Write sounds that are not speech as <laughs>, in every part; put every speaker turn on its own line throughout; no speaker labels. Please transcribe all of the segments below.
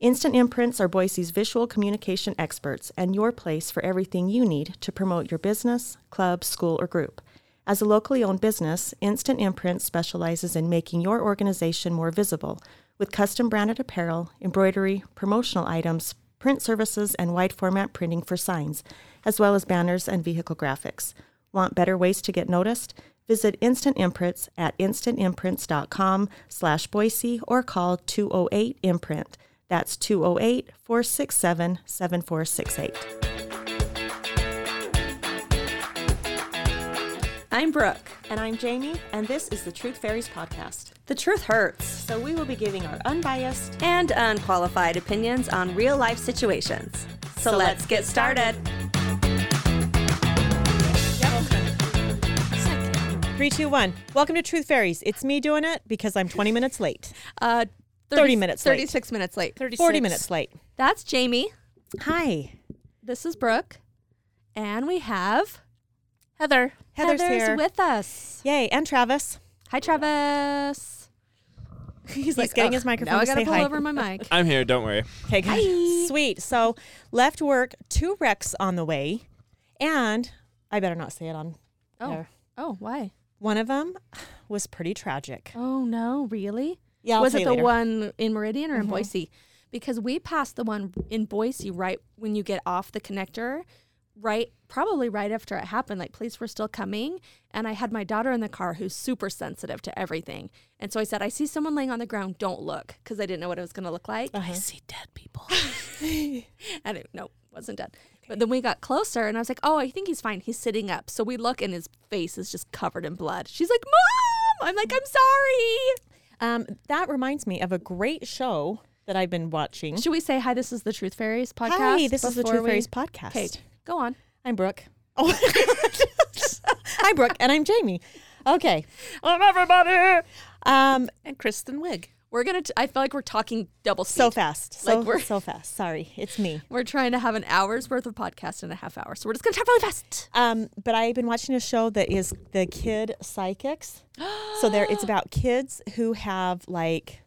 Instant Imprints are Boise's visual communication experts and your place for everything you need to promote your business, club, school, or group. As a locally owned business, Instant Imprints specializes in making your organization more visible with custom branded apparel, embroidery, promotional items, print services, and wide format printing for signs, as well as banners and vehicle graphics. Want better ways to get noticed? Visit Instant Imprints at instantimprints.com slash Boise or call 208-IMPRINT. That's 208-467-7468.
I'm Brooke.
And I'm Jamie, and this is the Truth Fairies Podcast.
The truth hurts
So we will be giving our unbiased
and unqualified opinions on real life situations. So,
So
let's
let's
get started.
Three, two, one. Welcome to Truth Fairies. It's me doing it because I'm 20 minutes late.
Uh,
30 minutes late.
36 minutes late.
40 minutes late.
That's Jamie.
Hi.
This is Brooke. And we have Heather.
Heather's here.
with us.
Yay. And Travis. <laughs>
Hi, Travis. He's, like
getting
"Ugh,
his microphone
Now I
to
gotta
say
pull
hi."
over
<laughs>
my mic.
I'm here. Don't worry.
Okay, good. Sweet. So left work, two wrecks on the way. And I better not say it on
Oh.
air.
Oh, why?
One of them was pretty tragic.
Oh no, really?
Yeah, I'll
was
tell
it
you
the
later.
one in Meridian or in Boise? Because we passed the one in Boise right when you get off the connector, right probably right after it happened. Like police were still coming, and I had my daughter in the car who's super sensitive to everything, and so I said, "I see someone laying on the ground. Don't look," because I didn't know what it was going to look like. I see dead people. and it, no, wasn't dead. But then we got closer, and I was like, "Oh, I think he's fine. He's sitting up." So we look, and his face is just covered in blood. She's like, "Mom!" I'm like, "I'm sorry."
<laughs> Um, that reminds me of a great show that I've been watching.
Should we say hi? This is the Truth Fairies podcast.
Hi, this is the
before
Truth Fairies
we-
Podcast.
Okay, go on.
I'm Brooke. Oh, <laughs> I'm Brooke, and I'm Jamie. Okay, I'm everybody. Um,
and Kristen Wiig.
We're gonna. T- I feel like we're talking double. Speed.
so fast, so
Like we're-
so fast. Sorry, it's me.
we're trying to have an hour's worth of podcast in a half hour, so we're just gonna talk really fast.
Um, but I've been watching a show that is the Kid Psychics. so there, it's about kids who have like,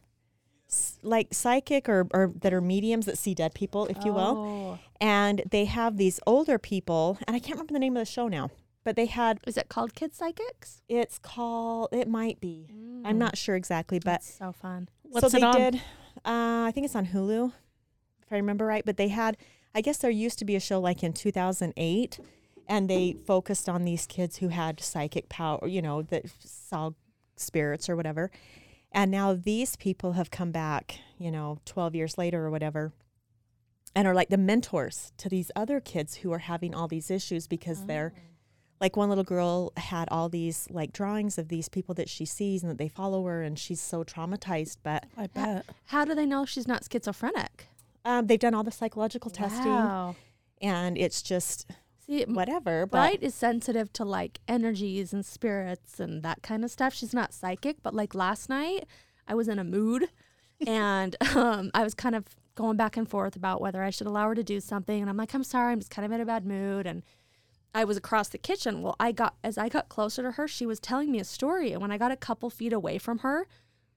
s- like psychic or, or that are mediums that see dead people, if you
Oh.
will. And they have these older people, and I can't remember the name of the show now. But they had
Is it called Kid Psychics?
it's called it might be I'm not sure exactly, but
That's so fun.
What's
so
it
they
on?
did. Uh, I think it's on Hulu, if I remember right. But they had, I guess there used to be a show like in 2008, and they focused on these kids who had psychic power, you know, that saw spirits or whatever. And now these people have come back, you know, 12 years later or whatever, and are like the mentors to these other kids who are having all these issues because
Oh.
they're. Like one little girl had all these like drawings of these people that she sees and that they follow her, and she's so traumatized. But
I bet.
How do they know she's not schizophrenic?
um, they've done all the psychological testing,
Wow.
and it's just
See, m-
whatever. But
Bright is sensitive to like energies and spirits and that kind of stuff. She's not psychic, but like last night, I was in a mood and um, I was kind of going back and forth about whether I should allow her to do something. And I'm like, I'm sorry, I'm just kind of in a bad mood. And I was across the kitchen. Well, I got as I got closer to her, she was telling me a story. And when I got a couple feet away from her,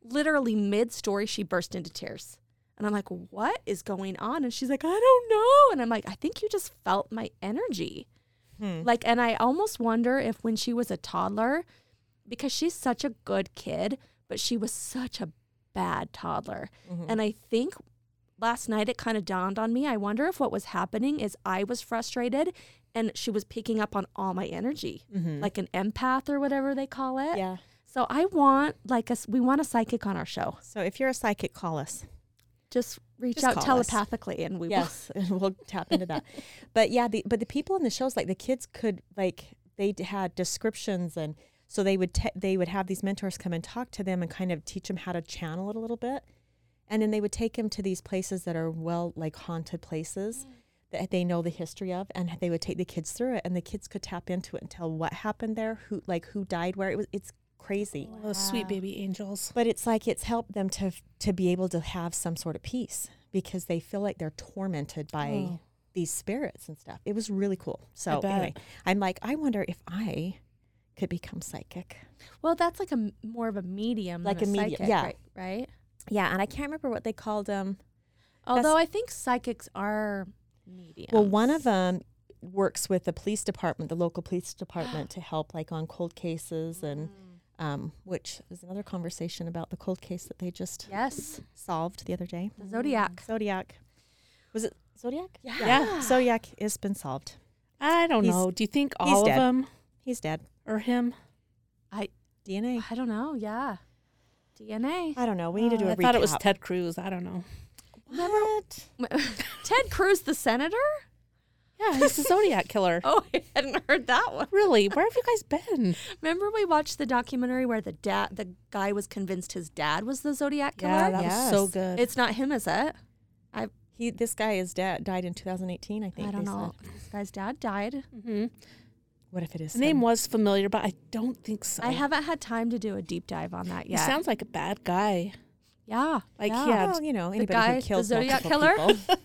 literally mid story, she burst into tears. And I'm like, what is going on? And she's like, I don't know. And I'm like, I think you just felt my energy. Like, and I almost wonder if when she was a toddler, because she's such a good kid, but she was such a bad toddler. And I think last night it kind of dawned on me. I wonder if what was happening is I was frustrated and she was picking up on all my energy, like an empath or whatever they call it.
yeah.
So I want like us, we want a psychic on our show.
So if you're a psychic, call us.
Just reach
Just
out
call us.
telepathically and we will.
Yes, and we'll tap into
<laughs>
that. But yeah, the, but the people in the shows, like the kids, could like they d- had descriptions, and so they would te- they would have these mentors come and talk to them and kind of teach them how to channel it a little bit, and then they would take them to these places that are well like haunted places.
Mm.
that they know the history of and they would take the kids through it and the kids could tap into it and tell what happened there who like who died where it was it's crazy
All those sweet baby angels.
but it's like it's helped them to f- to be able to have some sort of peace because they feel like they're tormented by
Oh.
these spirits and stuff. It was really cool. So
bet.
anyway, I'm like, I wonder if I could become psychic.
Well, that's like a m- more of a medium,
Like
than
a
a,
media-
psychic,
yeah.
right? right?
Yeah, and I can't remember what they called um, them.
Although I think psychics are mediums.
Well, one of them works with the police department, the local police department, to help like on cold cases and. Um, which is another conversation about the cold case that they just
yes,
solved the other day.
the zodiac.
Mm. Zodiac. Was it Zodiac?
Yeah.
Zodiac has been solved.
I don't
He's-
know. Do you think
he's
all of
dead.
them
He's dead.
or him?
DNA.
I don't know. Yeah, DNA.
I don't know. We need to do
Uh,
a
I
recap.
thought it was Ted Cruz. I don't know.
What?
<laughs> Ted Cruz, the senator.
<laughs> Yeah, <laughs> he's a Zodiac killer.
Oh, I hadn't heard that one.
Really? Where have you guys <laughs> been?
Remember we watched the documentary where the dad, the guy was convinced his dad was the Zodiac killer.
Yeah, that was so
Yes.
good.
It's not him, is it?
He. This guy is dead. Died in 2018. I think.
I don't
they
know.
said.
This guy's dad died.
hmm
What if it is?
His name
him?
was familiar, but I don't think so.
I haven't had time to do a deep dive on that
He
yet.
sounds like a bad guy.
yeah,
Like
yeah.
he had
Well, you know, anybody
guy-
who
the
kills
Zodiac
multiple
killer?
people.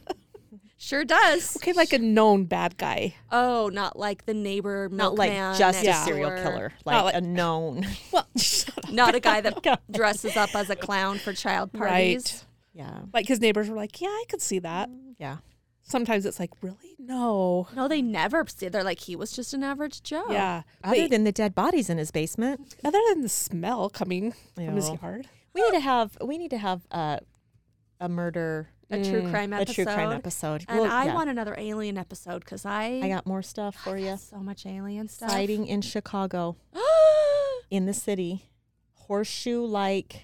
sure does.
okay, like a known bad guy. <laughs>
Oh, not like the neighbor,
Not like
milkman
just a
next
serial
door.
killer, like,
Not
a known.
Well, shut up.
Not a
<laughs>
guy that dresses up as a clown for child parties.
<laughs> right.
Yeah.
Like his neighbors were like, "Yeah, I could see that."
Yeah.
Sometimes it's like, "Really? No."
No, they never see. They're like he was just an average Joe.
Yeah.
Other
Wait,
than the dead bodies in his basement,
other than the smell coming from his
Ew.
yard.
we need to have. We need to have uh, a murder,
a true crime episode.
a true crime episode.
And
Well,
I
yeah.
want another alien episode because I
I got more stuff for you.
so much alien stuff.
Sighting in Chicago. in the city, horseshoe like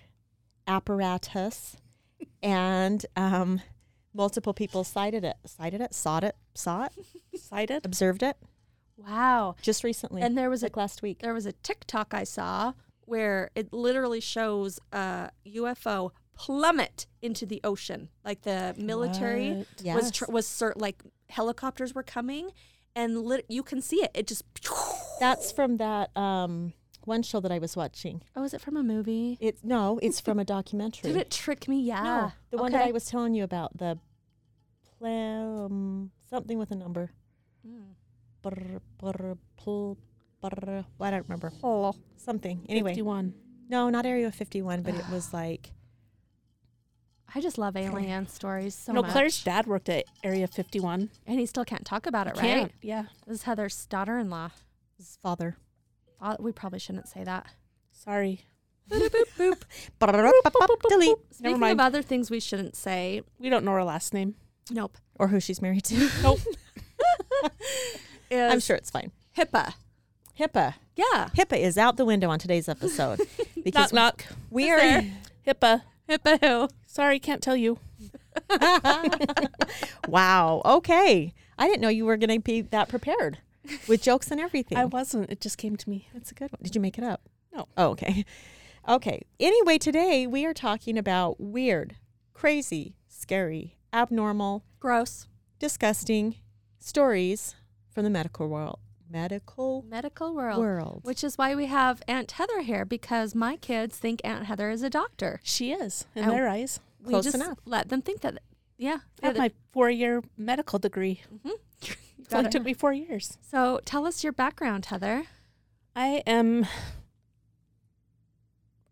apparatus, and um, multiple people sighted it, sighted it, saw it, saw it,
Sighted.
observed it
<gasps> wow.
just recently.
And there was a
like last week.
there was a TikTok I saw where it literally shows a UFO plummet into the ocean. Like the military
What?
was
Yes.
tr- was cer like helicopters were coming, and lit- you can see it. It just
That's from that um, one show that I was watching.
oh, is it from a movie?
It no, it's from a documentary.
Did it trick me? Yeah,
No, the one that
Okay.
I was telling you about the plum something with a number.
Mm.
Brr, brr, pl, brr, I don't remember.
Oh.
Something. Anyway,
51.
No, not Area 51, but it was like
I just love alien stories so
no,
much.
Claire's dad worked at Area 51.
and he still can't talk about it, right?
Can't. Yeah.
This is Heather's daughter-in-law.
his father.
Uh, we probably shouldn't say that.
Sorry. <laughs>
Delete.
Speaking
mind.
of other things we shouldn't say,
We don't know her last name.
nope.
Or who she's married to. <laughs>
Nope.
Is
I'm sure it's fine.
HIPAA.
HIPAA.
Yeah.
HIPAA is out the window on today's <laughs> episode because
Knock, knock.
we
Who's
are
there? HIPAA.
HIPAA who?
Sorry, can't tell you.
<laughs> Wow. Okay. I didn't know you were going to be that prepared with jokes and everything.
I wasn't. It just came to me.
That's a good one. Did you make it up?
No.
Oh, okay. Okay. Anyway, today we are talking about weird, crazy, scary, abnormal,
Gross.
disgusting stories from the medical world. Medical
Medical world.
world.
Which is why we have Aunt Heather here because my kids think Aunt Heather is a doctor.
She is in
Oh.
their eyes.
We
Close
just
enough.
let them think that. Yeah.
I have my four year medical degree.
You
It
got
only
it.
took me four years.
mm-hmm. So tell us your background, Heather.
I am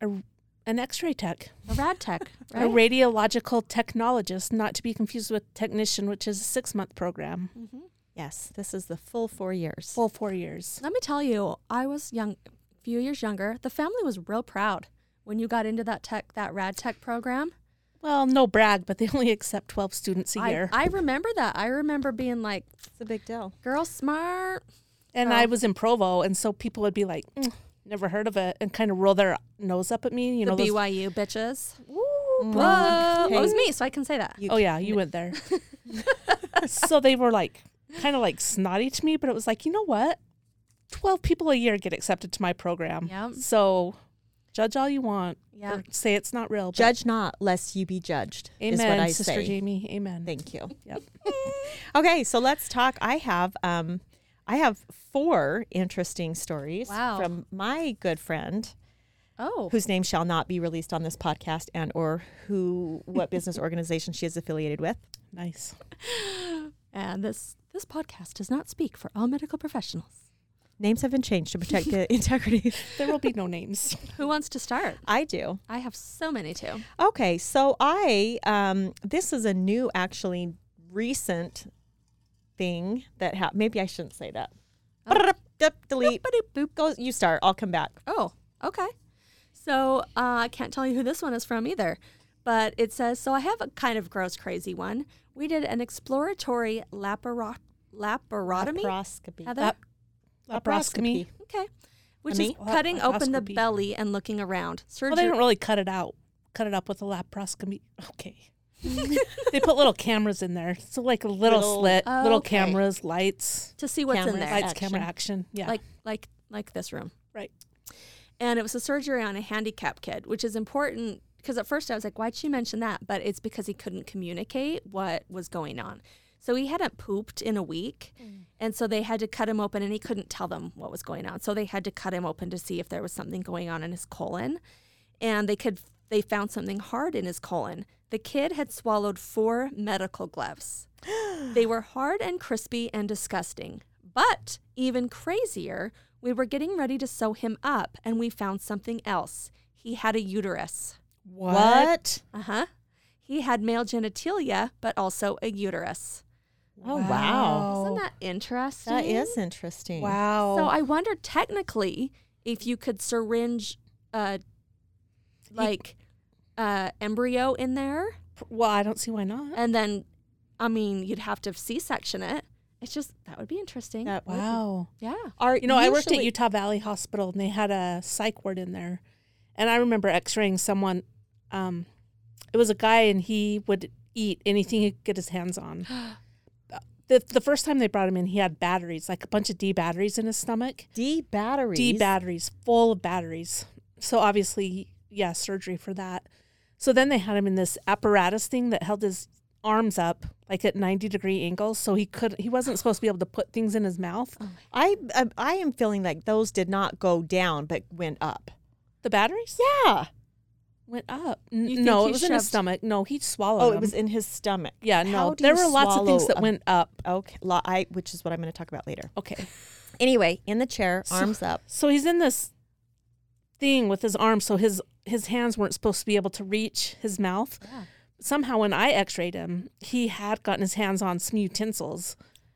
a, an x ray tech,
A rad tech,
a
right?
radiological technologist, not to be confused with technician, which is a six month program,
hmm
yes, this is the full four years.
full four years.
Let me tell you, I was young, a few years younger. The family was real proud when you got into that tech, that rad tech program.
Well, no brag, but they <laughs> only accept 12 students a
I-
year.
I, remember that. I remember being like,
it's a big deal.
girl, smart.
and
Oh.
I was in Provo, and so people would be like, "Mm, never heard of it, and kind of roll their nose up at me. You know,
the
those-
BYU bitches. Whoa.
Mm.
It was me, so I can say that.
You
oh, yeah, you
<laughs>
went there. so they were like, kind of like snotty to me, but it was like, you know what? 12 people a year get accepted to my program.
Yep.
So Judge all you want.
Yeah.
Or say it's not real. but-
Judge not, lest you be judged.
Amen,
is what I
Sister
say.
Jamie. Amen.
Thank you.
Yep.
<laughs> okay, so let's talk. I have um, I have four interesting stories
Wow.
from my good friend,
Oh.
whose name shall not be released on this podcast, and or who what <laughs> business organization she is affiliated with.
Nice.
And this this podcast does not speak for all medical professionals.
Names have been changed to protect the <laughs> integrity.
There will be
<laughs>
no names.
Who wants to start?
I do.
I have so many too.
Okay, so I um, this is a new, actually recent thing that happened. Maybe I shouldn't say that.
Oh.
Dup, delete. Go, you start. I'll come back.
Oh, okay. So uh, I can't tell you who this one is from either, but it says so. I have a kind of gross, crazy one. We did an exploratory laparo- laparotomy.
Laparoscopy.
Heather?
Lap- Laparoscopy.
okay. Which
Me?
is cutting open the
Laparoscopy.
belly and looking around.
Well,
Surgery.
they don't really cut it out. Cut it up with a laparoscopy. Okay. <laughs> they put little cameras in there. So like a little,
Little-
slit,
Oh,
little
okay.
cameras, lights,
to see what's in
Cameras.
there.
lights,
Action.
camera action. Yeah.
like like like this room
Right.
and it was a surgery on a handicapped kid which is important because at first i was like why'd she mention that but it's because he couldn't communicate what was going on so he hadn't pooped in a week and so they had to cut him open and he couldn't tell them what was going on so they had to cut him open to see if there was something going on in his colon and they could they found something hard in his colon the kid had swallowed four medical gloves they were hard and crispy and disgusting. But even crazier, we were getting ready to sew him up and we found something else. He had a uterus.
what?
Uh huh. He had male genitalia, but also a uterus.
Oh wow.
Isn't that interesting?
That is interesting.
Wow.
So I wonder technically if you could syringe, uh, like, uh, embryo in there,
well, I don't see why not.
and then, I mean, you'd have to C-section it. It's just that would be interesting.
That would-
Wow.
yeah.
Are
You know, I worked at
usually-
Utah Valley Hospital and they had a psych ward in there. And I remember x raying someone. Um, it was a guy and he would eat anything he could get his
<gasps>
hands on. the, the first time they brought him in, he had batteries, like a bunch of D batteries in his stomach.
D batteries.
D batteries, full of batteries. So obviously, yeah, surgery for that. So then they had him in this apparatus thing that held his arms up like at 90 degree angles so he could he wasn't supposed to be able to put things in his mouth
Oh I, I I am feeling like those did not go down but went up.
the batteries
Yeah.
went up. N-
You think
no,
he
it was in his
shoved-
stomach. No, he swallowed.
Oh, it
them.
was in his stomach.
Um, Yeah,
How
no,
do
there
you
were lots of things
swallow
that
a-
went up.
Okay, lo- I which is what I'm going to talk about later.
Okay,
Anyway, in the chair, arms up.
so he's in this thing with his arms, so his his hands weren't supposed to be able to reach his mouth. Somehow, when I X-rayed him, he had gotten his hands on some utensils.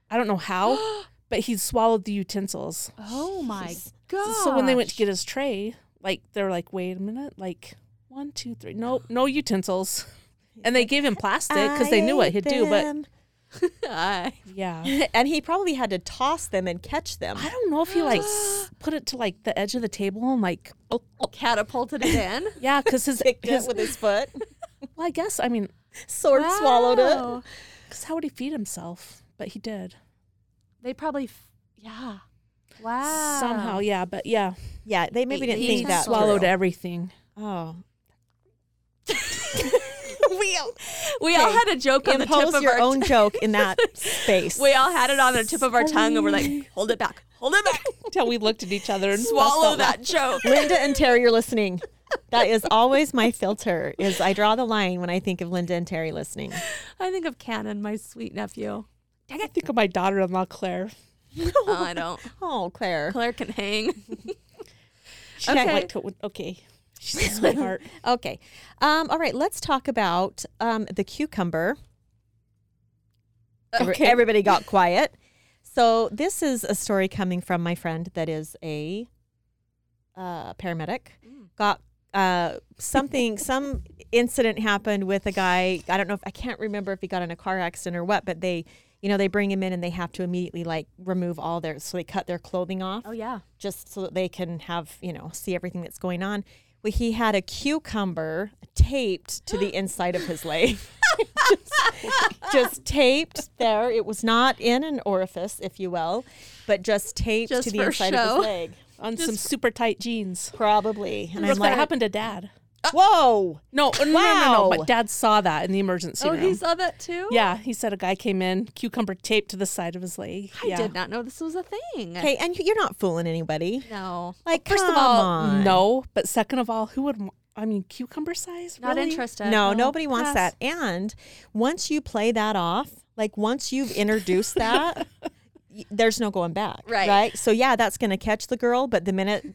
I don't
<gasps>
know how, but he swallowed the utensils.
Oh my god!
So when they went to get his tray, like they were like, "Wait a minute, like one, two, three, no, no utensils," and they gave him plastic because they knew
I
what he'd do. But
ate
yeah.
them. <laughs> and he probably had to toss them and catch them.
I don't know if he <gasps> like s- put it to like the edge of the table and like oh
<laughs> catapulted it in,
yeah, because <laughs> his,
Picked
his
it with his foot,
well, I guess I mean,
sword swallowed it.
Wow.
because how would he feed himself? But he did
They probably, f- yeah. Wow.
somehow, yeah. But yeah,
Yeah, they maybe
Ate
didn't
the
think that
utensils.
swallowed
through.
everything.
Oh. we all
we all had a joke on the tip
impose
of
your
our.
own joke in that space.
we all had it on the tip of our tongue, and we're like, "Hold it back! Hold it <laughs> back!
Until we looked at each <laughs> other and
Swallow that joke."
Linda and Terry, you're listening. That is always my filter. Is I draw the line when I think of Linda and Terry listening.
<laughs> I think of Cannon, my sweet nephew.
I gotta think of my daughter-in-law Claire.
<laughs> Oh, <laughs> I don't.
Oh, Claire.
Claire can hang. <laughs>
She okay,
Okay.
like to, okay, she's a <laughs> sweetheart.
Okay. Um, all right. Let's talk about um, the cucumber. Every-
Okay.
Everybody got quiet. So this is a story coming from my friend that is a uh, paramedic. Got uh, something. some incident happened with a guy. I don't know if I can't remember if he got in a car accident or what, but they. You know, they bring him in and they have to immediately like remove all their, so they cut their clothing off
Oh yeah.
just so that they can have you know see everything that's going on. Well, he had a cucumber taped to the inside of his leg. <laughs> just taped there. It was not in an orifice, if you will, but just taped
Just
to the
for
inside of
show.
his leg.
on some super tight jeans.
Probably. And
Look,
I'm
that
like,
happened to dad.
whoa.
No, no, no, no, no.
Wow.
But dad saw that in the emergency
Oh,
room.
he saw that too?
yeah, he said a guy came in, cucumber taped to the side of his leg.
I
yeah.
did not know this was a thing.
Okay, and you- you're not fooling anybody.
No.
Like,
First
come
of all,
on.
no. But second of all, who would? wa- I mean, cucumber size?
Not
Really? <laughs>
interested.
No, nobody wants
pass.
that. And once you play that off, like once you've introduced that, y- there's no going back.
Right.
Right. So yeah, that's gonna catch the girl, but the minute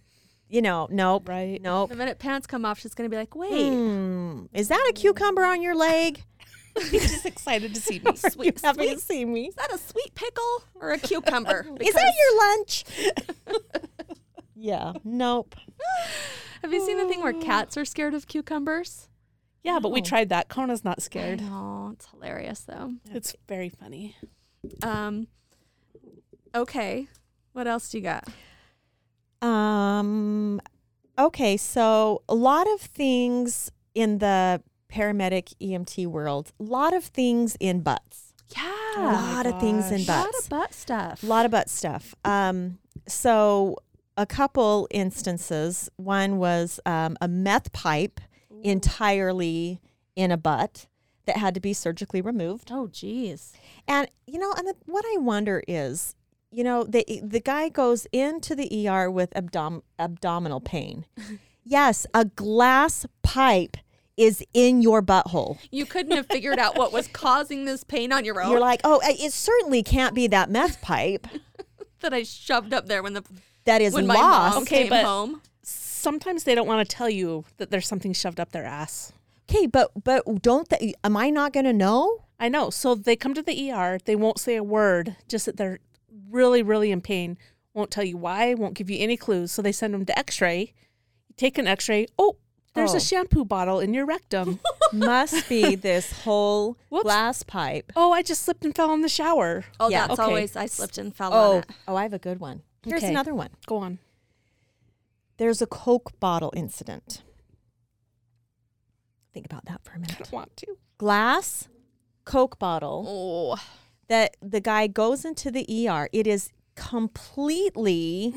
you know, nope,
Right.
nope.
The minute pants come off, she's going to be like, wait,
Hmm, is that a cucumber on your leg?
He's just excited to see me.
you
sweet,
<laughs> haven't
sweet. Is
seen me.
that a sweet pickle or a <laughs> cucumber?
Is that your lunch? yeah. Nope.
Have you seen the thing where cats are scared of cucumbers?
Yeah, but we tried that. Kona's not scared.
No, it's hilarious though.
It's very funny.
Um, okay, what else do you got?
Um okay, so a lot of things in the paramedic EMT world, a lot of things in butts.
Yeah,
a lot of things in
Oh a lot
butts.
of butt stuff.
A lot of butt stuff. Um, so a couple instances. One was um, a meth pipe entirely in a butt that had to be surgically removed.
oh, geez.
And you know, and the, what I wonder is, you know, the the guy goes into the ER with abdom-
<laughs>
abdominal pain. yes, a glass pipe is in your butthole.
You couldn't have figured out what was causing this pain on your own
You're like, oh, it certainly can't be that meth pipe
that I shoved up there when the
that is
when my
lost.
mom
Okay,
came
but-
home.
Sometimes they don't want to tell you that there's something shoved up their ass.
Okay, but but don't that? Am I not going to know?
I know. So they come to the ER. They won't say a word. Just that they're really, really in pain. Won't tell you why. Won't give you any clues. So they send them to X-ray. You take an X-ray. Oh, there's
Oh.
a shampoo bottle in your rectum.
Must <laughs> be this whole
Whoops.
glass pipe.
oh, I just slipped and fell in the shower.
Oh,
Yeah,
that's
okay.
always I slipped and fell on
Oh,
it.
oh, I have a good one. Here's
Okay.
another one.
Go on.
There's a Coke bottle incident. Think about that for a
I
minute.
don't want to.
Glass Coke bottle
Oh,
that the guy goes into the ER. It is completely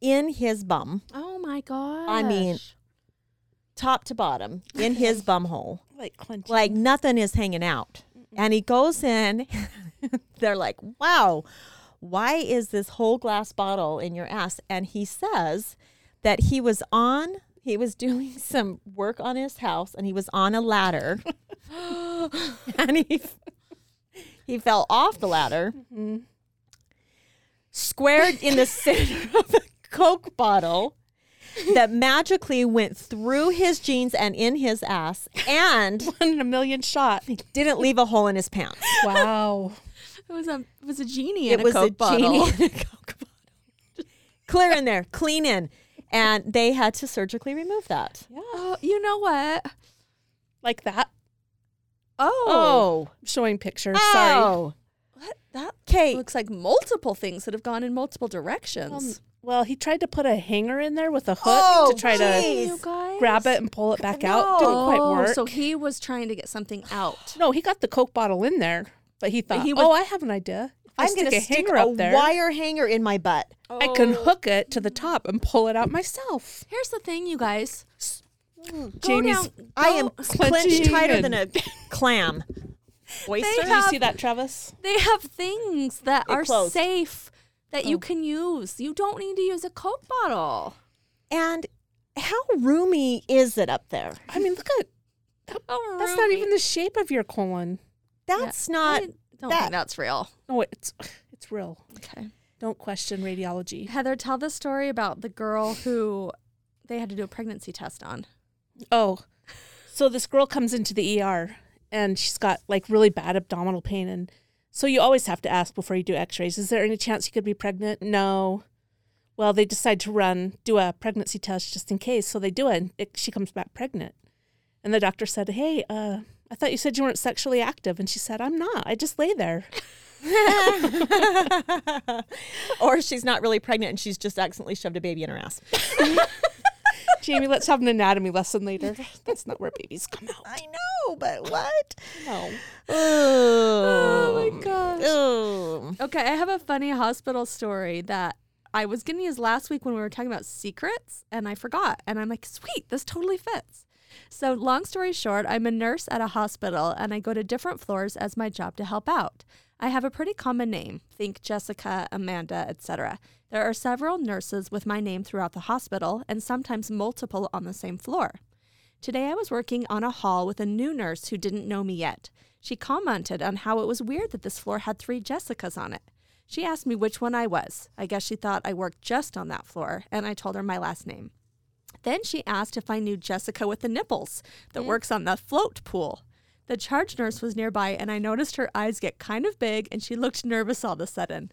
in his bum,
oh my gosh.
mean, top to bottom, in his bum hole.
Like clenching.
Like nothing is hanging out. And he goes in. <laughs> They're like, wow, why is this whole glass bottle in your ass? And he says that he was on, he was <laughs> doing some work on his house and he was on a ladder. and he, he fell off the ladder, squared in the center of a Coke bottle that magically went through his jeans and in his ass and
one in a million shot.
didn't leave a hole in his pants.
<laughs> Wow.
it was a it was a genie <laughs> in
it
a
was
Coke
a
bottle.
genie <laughs> in a Coke bottle. Clear in there, clean in. And they had to surgically remove that.
Oh, you know what?
Like that.
Oh,
Showing pictures. Sorry.
Oh.
What? that
Okay.
looks like multiple things that have gone in multiple directions.
Um, Well, he tried to put a hanger in there with a hook
Oh,
to try
geez.
you guys.
to grab it and pull it back out. Didn't quite
Oh,
work.
So he was trying to get something out.
no, he got the Coke bottle in there, but he thought,
he was-
oh, I have an idea. If I
I'm going to
a Oh.
stick
hanger
a
up there.
wire hanger in my butt.
I can hook it to the top and pull it out myself.
Here's the thing, you guys. Go
Jamie's-
down.
I am
go-
clenched
Clenching
tighter <laughs>
and-
than a clam.
They
Did you
have-
see that, Travis?
They have things that
It
are
closed.
safe that you can use. You don't need to use a Coke bottle.
And how roomy is it up there?
I mean, look at
Oh,
that's not even the shape of your colon.
That's
I
not. <laughs>
don't
that-
think that's real.
No, it's it's real.
Okay.
Don't question radiology.
Heather, tell the story about the girl who they had to do a pregnancy test on.
Oh, so this girl comes into the ER and she's got like really bad abdominal pain. And so you always have to ask before you do x rays is there any chance you could be pregnant? No. Well, they decide to run, do a pregnancy test just in case. So they do it. And it she comes back pregnant. And the doctor said, Hey, uh, I thought you said you weren't sexually active. And she said, I'm not. I just lay there. <laughs>
or she's not really pregnant and she's just accidentally shoved a baby in her ass.
Jamie, let's have an anatomy lesson later. That's not where babies come out.
<laughs> I know, but what?
No.
Oh
Oh,
my gosh.
Oh.
Okay, I have a funny hospital story that I was going to use last week when we were talking about secrets, and I forgot. And I'm like, sweet, this totally fits. So, long story short, I'm a nurse at a hospital, and I go to different floors as my job to help out. I have a pretty common name. Think Jessica, Amanda, etc. There are several nurses with my name throughout the hospital, and sometimes multiple on the same floor. Today I was working on a hall with a new nurse who didn't know me yet. She commented on how it was weird that this floor had three Jessicas on it. She asked me which one I was. I guess she thought I worked just on that floor, and I told her my last name. Then she asked if I knew Jessica with the nipples that works on the float pool. The charge nurse was nearby, and I noticed her eyes get kind of big and she looked nervous all of a sudden.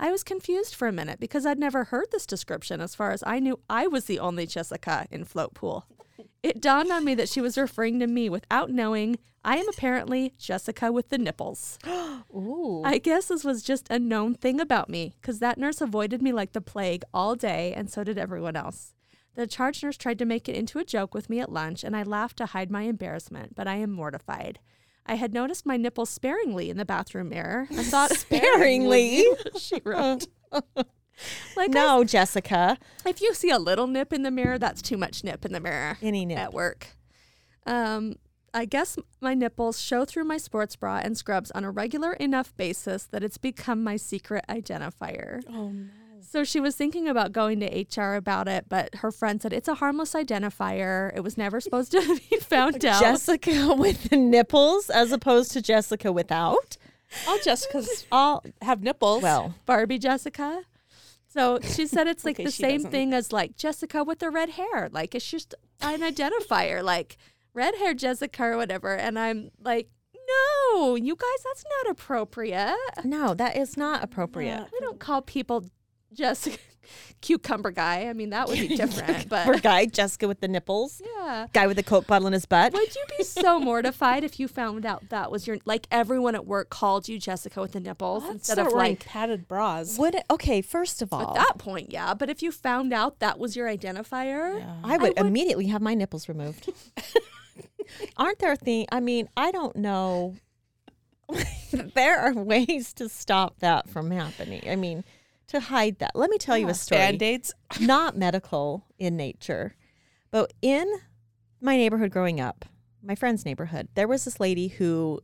I was confused for a minute because I'd never heard this description as far as I knew I was the only Jessica in float pool. It dawned on me that she was referring to me without knowing I am apparently Jessica with the nipples.
Ooh.
I guess this was just a known thing about me because that nurse avoided me like the plague all day, and so did everyone else. The charge nurse tried to make it into a joke with me at lunch, and I laughed to hide my embarrassment, but I am mortified. I had noticed my nipples sparingly in the bathroom mirror and thought,
<laughs> Sparingly.
she wrote. <laughs> like, I-
no, Jessica.
if you see a little nip in the mirror, that's too much nip in the mirror
Any nip.
at work. Um, I guess my nipples show through my sports bra and scrubs on a regular enough basis that it's become my secret identifier.
Oh no.
So she was thinking about going to HR about it, but her friend said it's a harmless identifier. It was never supposed to <laughs> be found out.
Jessica <laughs> with the nipples as opposed to Jessica without.
All Jessica's
All
have nipples.
well,
Barbie Jessica. So she said it's like
Okay,
the
she
same
doesn't.
thing as like Jessica with the red hair. Like it's just an identifier, like red hair Jessica or whatever. And I'm like, no, you guys, that's not appropriate.
no, that is not appropriate.
We
<laughs>
don't call people Jessica <laughs> cucumber guy. I mean, that would be
<laughs>
different,
<laughs> Poor
but
guy, Jessica with the nipples.
yeah.
Guy with the Coke bottle in his butt.
Would you be so mortified if you found out that was your like everyone at work called you Jessica with the nipples instead of like
padded <laughs> bras.
Would it, okay, first of all,
at that point, yeah. But if you found out that was your identifier,
I would,
I would-
immediately have my nipples <laughs> removed. Aren't there things? I mean, I don't know. <laughs> there are ways to stop that from happening. I mean, to hide that. Let me tell you a story.
Band aids.
not medical in nature, but in my neighborhood growing up, my friend's neighborhood, there was this lady who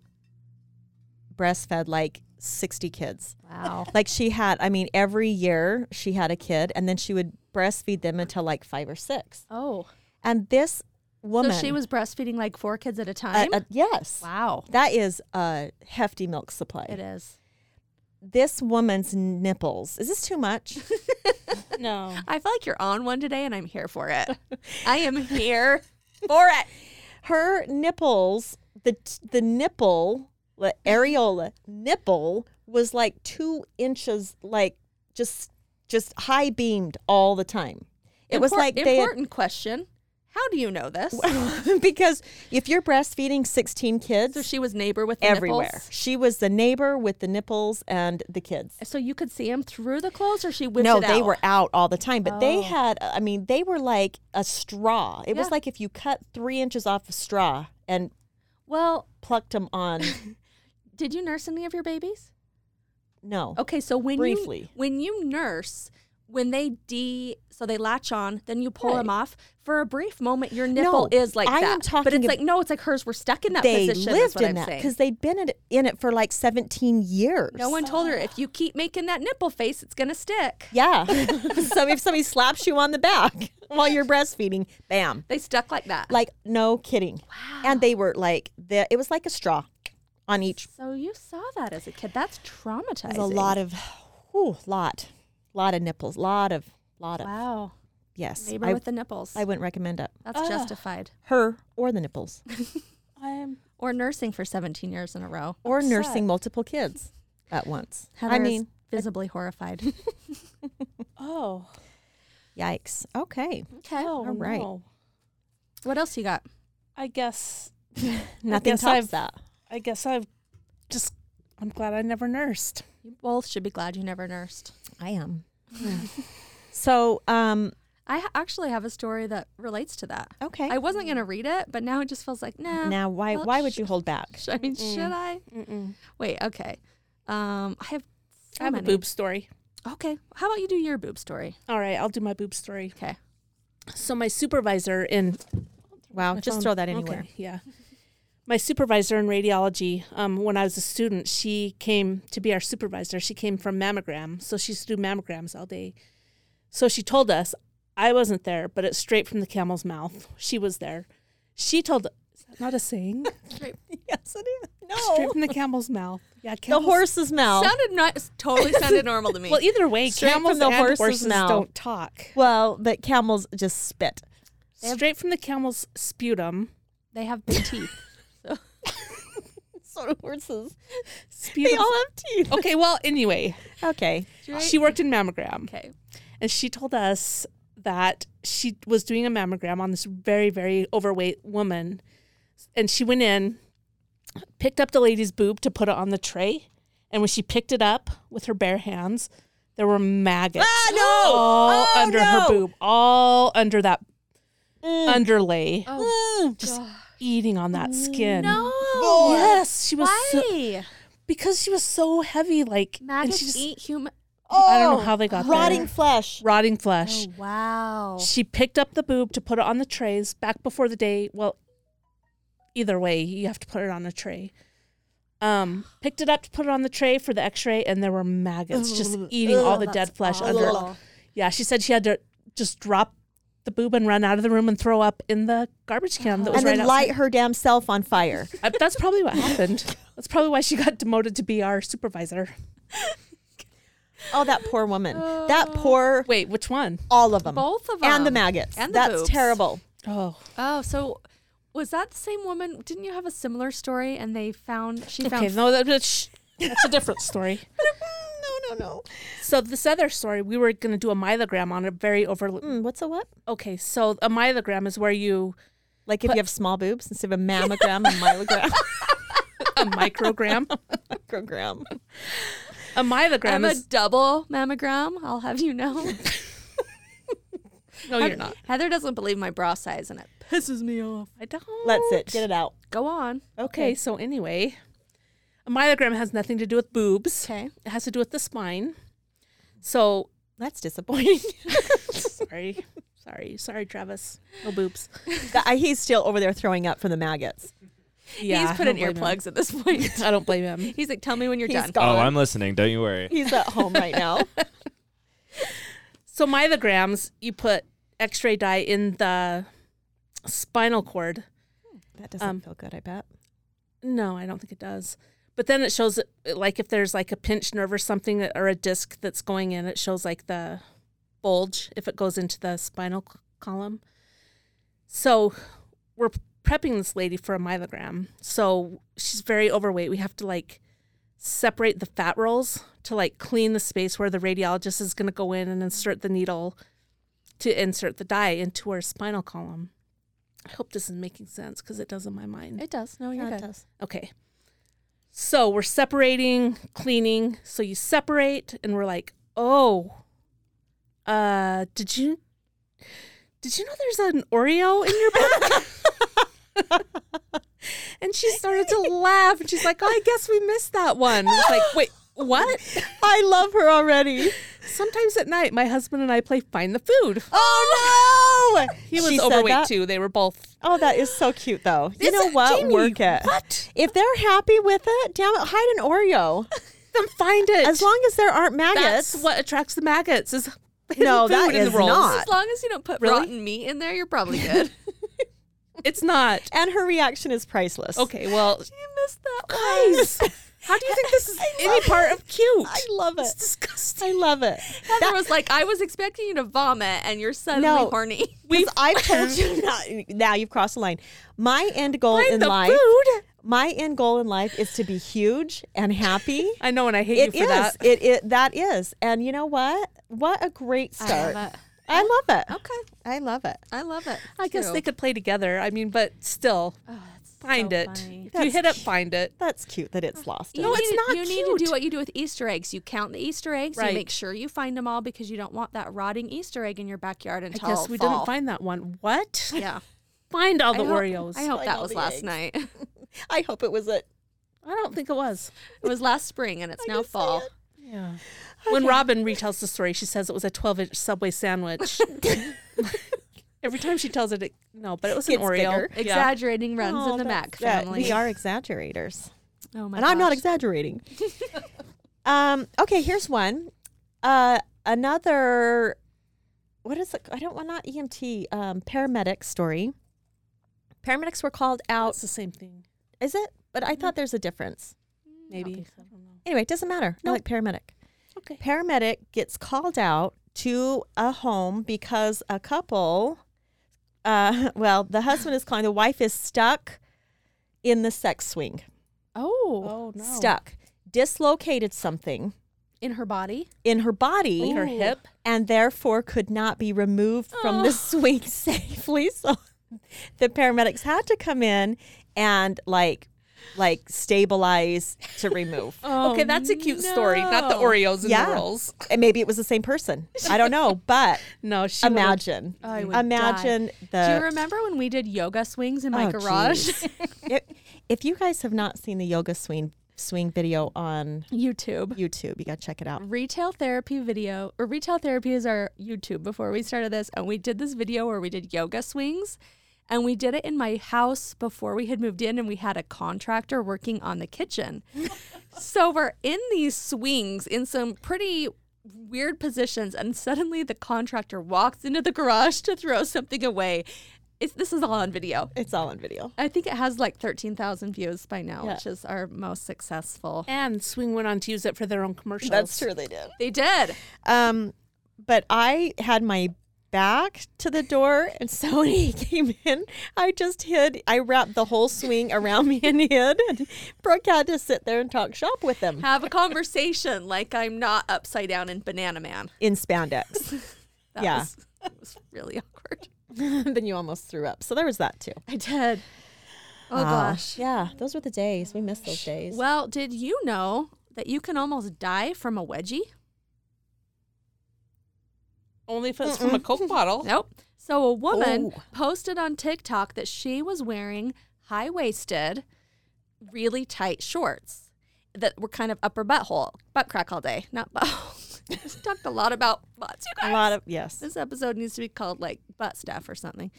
breastfed like 60 kids.
Wow.
Like she had, I mean, every year she had a kid and then she would breastfeed them until like five or six.
Oh.
And this woman.
So she was breastfeeding like four kids at a
uh,
time?
uh, yes.
wow.
That is a hefty milk supply.
It is.
This woman's nipples. Is this too much?
<laughs>
No.
I feel like you're on one today and I'm here for <laughs> it. I am here for it.
her nipples the the nipple the areola nipple was like two inches like just just high beamed all the time it was
Impor-
like they had,
important question. How do you know this?
<laughs> because if you're breastfeeding 16 kids
so she was neighbor with the
everywhere
nipples?
she was the neighbor with the nipples and the kids
So you could see them through the clothes, or she whipped
no
it
they
out?
were out all the time but they
Oh.
had i mean they were like a straw it
Yeah.
was like if you cut three inches off a straw and
Well,
plucked them
<laughs>
on
did you nurse any of your babies?
no
Okay, so when you
Briefly.
when you nurse, when they de so they latch on, then you pull them
Right.
off for a brief moment. Your nipple
No,
is like
I
that,
am
but
talking
it's
ab-
like no, it's like hers. We're stuck in that
they
position. is
lived
what
in
I'm
that
saying.
because they'd been in, in it for like 17 years.
No one told her if you keep making that nipple face, it's gonna stick.
<laughs>
<laughs>
Yeah. so if somebody slaps you on the back <laughs> while you're breastfeeding, bam.
They stuck like that.
Like no kidding. And they were like the it was like a straw on each.
so you saw that as a kid. That's traumatizing.
There's a lot of whew, lot. Lot of nipples. Lot of lot of
wow.
yes.
Neighbor
I,
with the nipples.
I wouldn't recommend it.
That's justified.
Her or
<laughs>
the nipples.
I am
Or nursing for 17 years in a row.
Or
Upset.
nursing multiple kids at once.
Heather
I mean,
is visibly horrified.
oh.
yikes. <laughs> Okay.
okay.
Oh,
all right.
no.
What else you got?
I guess
Nothing
guess
tops
I've-
that.
I guess I've just I'm glad I never nursed.
You both should be glad you never nursed.
I am. so, um,
I ha- actually have a story that relates to that.
Okay.
I wasn't going to read it, but now it just feels like, nah. Mm.
now, why
well,
why would
sh-
you hold back?
<laughs> Sh- I mean, should I?
Mm-mm.
Wait, okay. Um, I have so
I have
many.
a boob story.
Okay. How about you do your boob story?
All right, I'll do my boob story.
Okay.
So my supervisor in
Wow,
My
just
phone.
throw that anywhere.
<laughs> Okay, yeah. My supervisor in radiology, um, when I was a student, she came to be our supervisor. She came from mammogram, so she used to do mammograms all day. So she told us, I wasn't there, but it's straight from the camel's mouth. She was there. She told, is that not
<laughs>
a saying?
Yes, it is. <laughs>
Straight
No,
<laughs> from the camel's mouth. Yeah,
the
camels,
horse's mouth.
Sounded not totally sounded normal to me. <laughs>
Well, either way,
Straight from
camels
the
and
horse's
horses
mouth.
don't talk.
well, but camels just spit.
Straight from the camel's sputum.
they have big <laughs> teeth.
So do horses. They
Sputum.
all have teeth.
okay, well, anyway,
<laughs> Okay.
she worked in mammogram.
okay.
and she told us that she was doing a mammogram on this very very overweight woman and she went in picked up the lady's boob to put it on the tray and when she picked it up with her bare hands there were maggots
Ah, no!
all
Oh,
under
no!
her boob all under that
Mm.
underlay
Mm.
just eating on that skin
No.
yes she was so,
Why?
because she was so heavy like and
Maggots
she just
eat human.
I don't know how they got
Oh, rotting
there.
flesh.
rotting flesh
Oh, wow.
She picked up the boob to put it on the trays back before the day. Well, either way, you have to put it on a tray. Um, picked it up to put it on the tray for the X-ray, and there were maggots just eating all the dead flesh under.
Oh, awful.
Yeah, she said she had to just drop the boob and run out of the room and throw up in the garbage can that was
And
right
then
outside.
light her damn self on fire.
Uh, That's probably what happened. That's probably why she got demoted to be our supervisor.
Oh, that poor woman. That poor,
Wait, which one?
all of them.
Both of them.
And the maggots.
And the
That's
boobs.
terrible.
Oh,
Oh, so was that the same woman? Didn't you have a similar story? And they found she found.
okay. No, that, that's that's a different story.
no, no, no.
So this other story, we were going to do a myelogram on a very over.
Mm, what's a what?
Okay, so a myelogram is where you
Like if you have small boobs instead of a mammogram, a myelogram. <laughs>
a microgram.
microgram.
A
I'm
myelogram
a
is
double mammogram. I'll have you know. <laughs>
no, you're not.
Heather doesn't believe my bra size, and it pisses me off. I don't.
Let's it. Get it out.
Go on.
Okay, so anyway, a myelogram has nothing to do with boobs.
<laughs> Okay.
It has to do with the spine. So
That's <laughs> disappointing.
sorry, sorry, sorry, Travis. No boobs.
That- I- uh, He's still over there throwing up from the maggots.
Yeah,
He's put in
I don't blame
earplugs at this <laughs> point.
him. I don't blame him.
He's like, tell me when you're
He's
done.
gone.
Oh, I'm listening. Don't you worry.
He's at home right now.
So myelograms, you put X-ray dye in the spinal cord.
that doesn't
Um,
feel good, I bet.
No, I don't think it does. But then it shows uh, like if there's like a pinched nerve or something that- or a disc that's going in, it shows like the bulge if it goes into the spinal c- column. So we're prepping this lady for a myelogram. So she's very overweight. We have to like separate the fat rolls to like clean the space where the radiologist is going to go in and insert the needle to insert the dye into her spinal column. I hope this is making sense because it does in my mind.
It does. No, you're good.
Okay. So we're separating, cleaning. So you separate and we're like, "Oh, uh, did you Did you know there's an Oreo in your bag?" <laughs> and she started to laugh and she's like, "Oh, I guess we missed that one." It's like, "Wait, what?"
<laughs> I love her already.
Sometimes at night my husband and I play find the food.
Oh no!
He was
She said
overweight
that?
too. They were both
Oh, that is so cute though. You
This-
know what?
Jamie,
Work it.
What?
If they're happy with it, damn it, hide an Oreo.
Then find it.
As long as there aren't maggots.
That's what attracts the maggots. Is
No,
the food
that
in
is
the rolls.
not.
As long as you don't put
Really?
rotten meat in there, you're <laughs> probably good.
It's not.
and her reaction is priceless. <laughs>
Okay, well,
you missed that
guys, how do you think this is any part of cute?
I love it.
It's disgusting.
I love it.
Heather was like, I was expecting you to vomit, and you're suddenly
No.
horny.
Because I've told you
<laughs>
not, now you've crossed the line. My end goal in
the
life,
food.
my end goal in life is to be huge and
<laughs>
happy.
I know, and I hate
It
you
is.
for that.
It, it that is. And you know what? What a great start.
love it.
I love it.
Okay,
I love it.
I love it.
I guess
too.
they could play together. I mean, but still,
Oh, that's
Find
So
it.
funny.
If you
That's
hit up
cute.
find it.
That's cute that it's lost.
You
in
No,
need
it's
to-
not
You need to
cute.
do what you do with Easter eggs. You count the Easter eggs.
Right.
You make sure you find them all because you don't want that rotting Easter egg in your backyard
I
until
guess we
fall.
didn't find that one. What?
<laughs> Yeah,
Find all
I
the
hope-
Oreos.
I hope
Find
that
all
was
the
last
eggs.
<laughs>
night. it
I hope it was it.
I don't think it was.
was last spring and it's
I
now
didn't say
fall.
it.
Yeah. When Robin retells the story, she says it was a 12 inch Subway <laughs> sandwich. Every time she tells it, it no, but it was an
Gets
Oreo.
bigger.
Yeah.
Exaggerating runs
Oh,
in the
that's-
Mac
that-
family.
we are exaggerators.
Oh my
and I'm not
gosh.
exaggerating.
<laughs>
um, okay, here's one. Uh, another. What is it? I don't want not EMT. Um, paramedic story. Paramedics were called out.
It's the same thing,
Is it? But I
Mm-hmm.
thought there's a difference.
maybe.
think
Mm, I don't know.
Anyway, it doesn't matter.
Nope.
I like paramedic.
Okay.
Paramedic gets called out to a home because a couple. Uh, <laughs> well, the husband is calling. The wife is stuck in the sex swing.
Oh,
Oh no.
Stuck. Dislocated something
in her body.
in her body.
Her hip.
and therefore could not be removed from
Oh.
<laughs> the swing safely. So the paramedics had to come in and like like stabilize to
<laughs>
remove.
okay, that's a cute story. Not the
no.
Oreos and
Yeah.
the rolls.
and maybe it was the same person. I don't know,
<laughs>
but
No, she would've-
imagine.
I would
imagine the
Do you remember when we did yoga swings in my
Oh,
garage?
jeez. if, if you guys have not seen the yoga swing swing video on
<laughs> YouTube.
YouTube, you got to check it out.
Retail therapy video or retail therapy is our YouTube before we started this and we did this video where we did yoga swings and we did it in my house before we had moved in and we had a contractor working on the kitchen. so we're in these swings in some pretty weird positions and suddenly the contractor walks into the garage to throw something away. It's, this is all on video.
It's all on video.
I think it has like 13,000 views by now,
Yeah.
which is our most successful.
And Swing went on to use it for their own commercials.
That's true they did.
They did.
Um, but I had my back to the door, and <laughs> so when he came in, I just hid. I wrapped the whole swing around <laughs> me and hid. And Brooke had to sit there and talk shop with him
Have a conversation like I'm not upside down in Banana Man.
in spandex. <laughs>
That
Yeah.
was, that was really <laughs> awkward.
then you almost threw up. So there was that too.
I did. Oh, gosh.
Yeah, those were the days. We missed those days.
Well, did you know that you can almost die from a wedgie?
Only if it's from a
<laughs>
Coke bottle.
Nope. So a woman
Oh.
posted on TikTok that she was wearing high waisted, really tight shorts that were kind of upper butthole, butt crack all day. Not <laughs> butt. Just talked a lot about butts, you guys.
a lot of yes,
This episode needs to be called like butt stuff or something.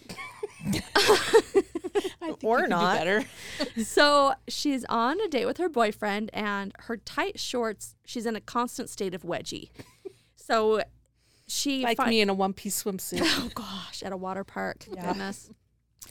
or not.
Better.
so she's on a date with her boyfriend and her tight shorts, she's in a constant state of
<laughs>
wedgie. So she
Like
fin-
me in a one piece swimsuit.
Oh gosh, at a water park. Goodness.
<laughs>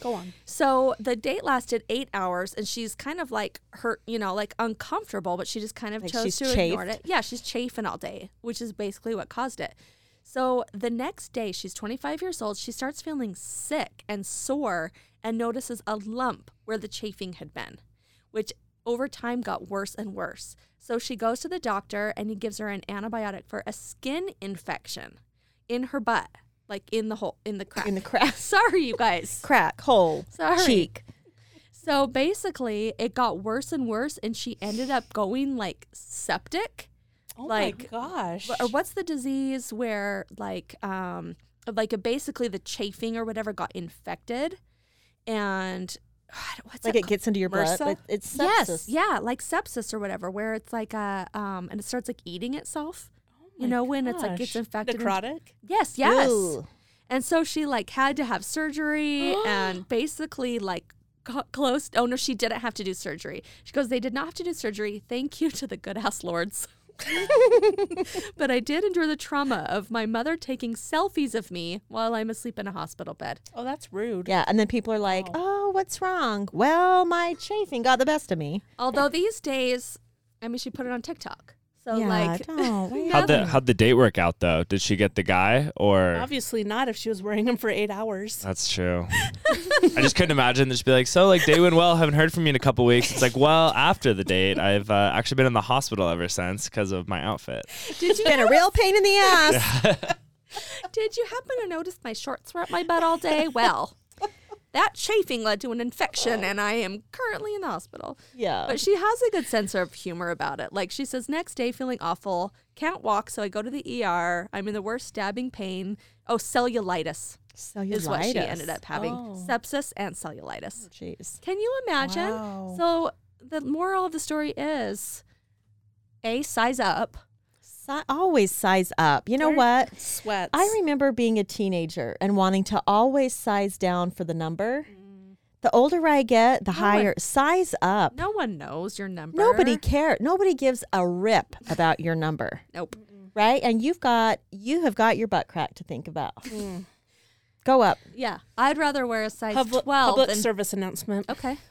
Go on.
So the date lasted eight hours, and she's kind of like hurt, you know, like uncomfortable, but she just kind of
Like
chose
she's
to ignore
chafed?
it. Yeah, she's chafing all day, which is basically what caused it. So the next day, she's 25 years old. She starts feeling sick and sore and notices a lump where the chafing had been, which over time got worse and worse. So she goes to the doctor and he gives her an antibiotic for a skin infection in her butt, like in the hole, in the crack.
In the crack.
<laughs> Sorry, you guys.
Crack, hole,
Sorry.
cheek.
So basically, it got worse and worse, and she ended up going like septic.
Oh
Like,
my gosh.
Or what's the disease where like um like basically the chafing or whatever got infected, and <sighs> what's
Like
it
it gets into your blood.
MRSA?
It- it's sepsis.
Yes, yeah, like sepsis or whatever, where it's like a um and it starts like eating itself.
Oh
you know when it's like gets
Gosh.
infected. and-
Necrotic.
yes, yes.
Ew.
And so she like had to have
<gasps>
surgery and basically like got close. Oh no, she didn't have to do surgery. She goes, they did not have to do surgery. Thank you to the good ass lords. <laughs> but I did endure the trauma of my mother taking selfies of me while I'm asleep in a hospital bed.
Oh, that's rude.
Yeah, and then people are like, "Oh, what's wrong?" Well, my chafing got the best
<laughs>
of me.
Although these days, I mean, she put it on TikTok. So
Eh. yeah,
like, <laughs>
don't.
Yeah. How
Why are you-
How'd
How'd the, how'd the date work out though? Did she get the guy or?
Obviously not if she was wearing them for eight hours.
That's
<laughs>
true. I just couldn't imagine. Just be like, so like day went well. Haven't heard from you in a couple weeks. It's like, well, after the date, I've uh, actually been in the hospital ever since because of my outfit.
did you
been a real pain in the ass. <laughs>
did you happen to notice my shorts were up my butt all day? Well, that chafing led to an infection, and I am currently in the hospital.
Yeah.
But she has a good sense of humor about it. Like she says, next day feeling awful, can't walk, so I go to the ER. I'm in the worst stabbing pain. Oh, cellulitis
cellulitis.
is what she ended up having
Oh,
sepsis and cellulitis.
Jeez.
Can you imagine?
Wow.
So the moral of the story is a size up.
Si- always size up. You know
Or
what?
Sweats.
I remember being a teenager and wanting to always size down for the number. The older I get, the
Mm. No one-
higher size up.
No one knows your number.
Nobody cares. Nobody gives a rip about your number,
Nope.
right? And you've got you have got your butt crack to think about.
Mm.
Hmm.
Go up. <laughs>
Yeah, I'd rather wear a size
Public,
twelve
public
than
service announcement. <laughs>
okay.
Oh,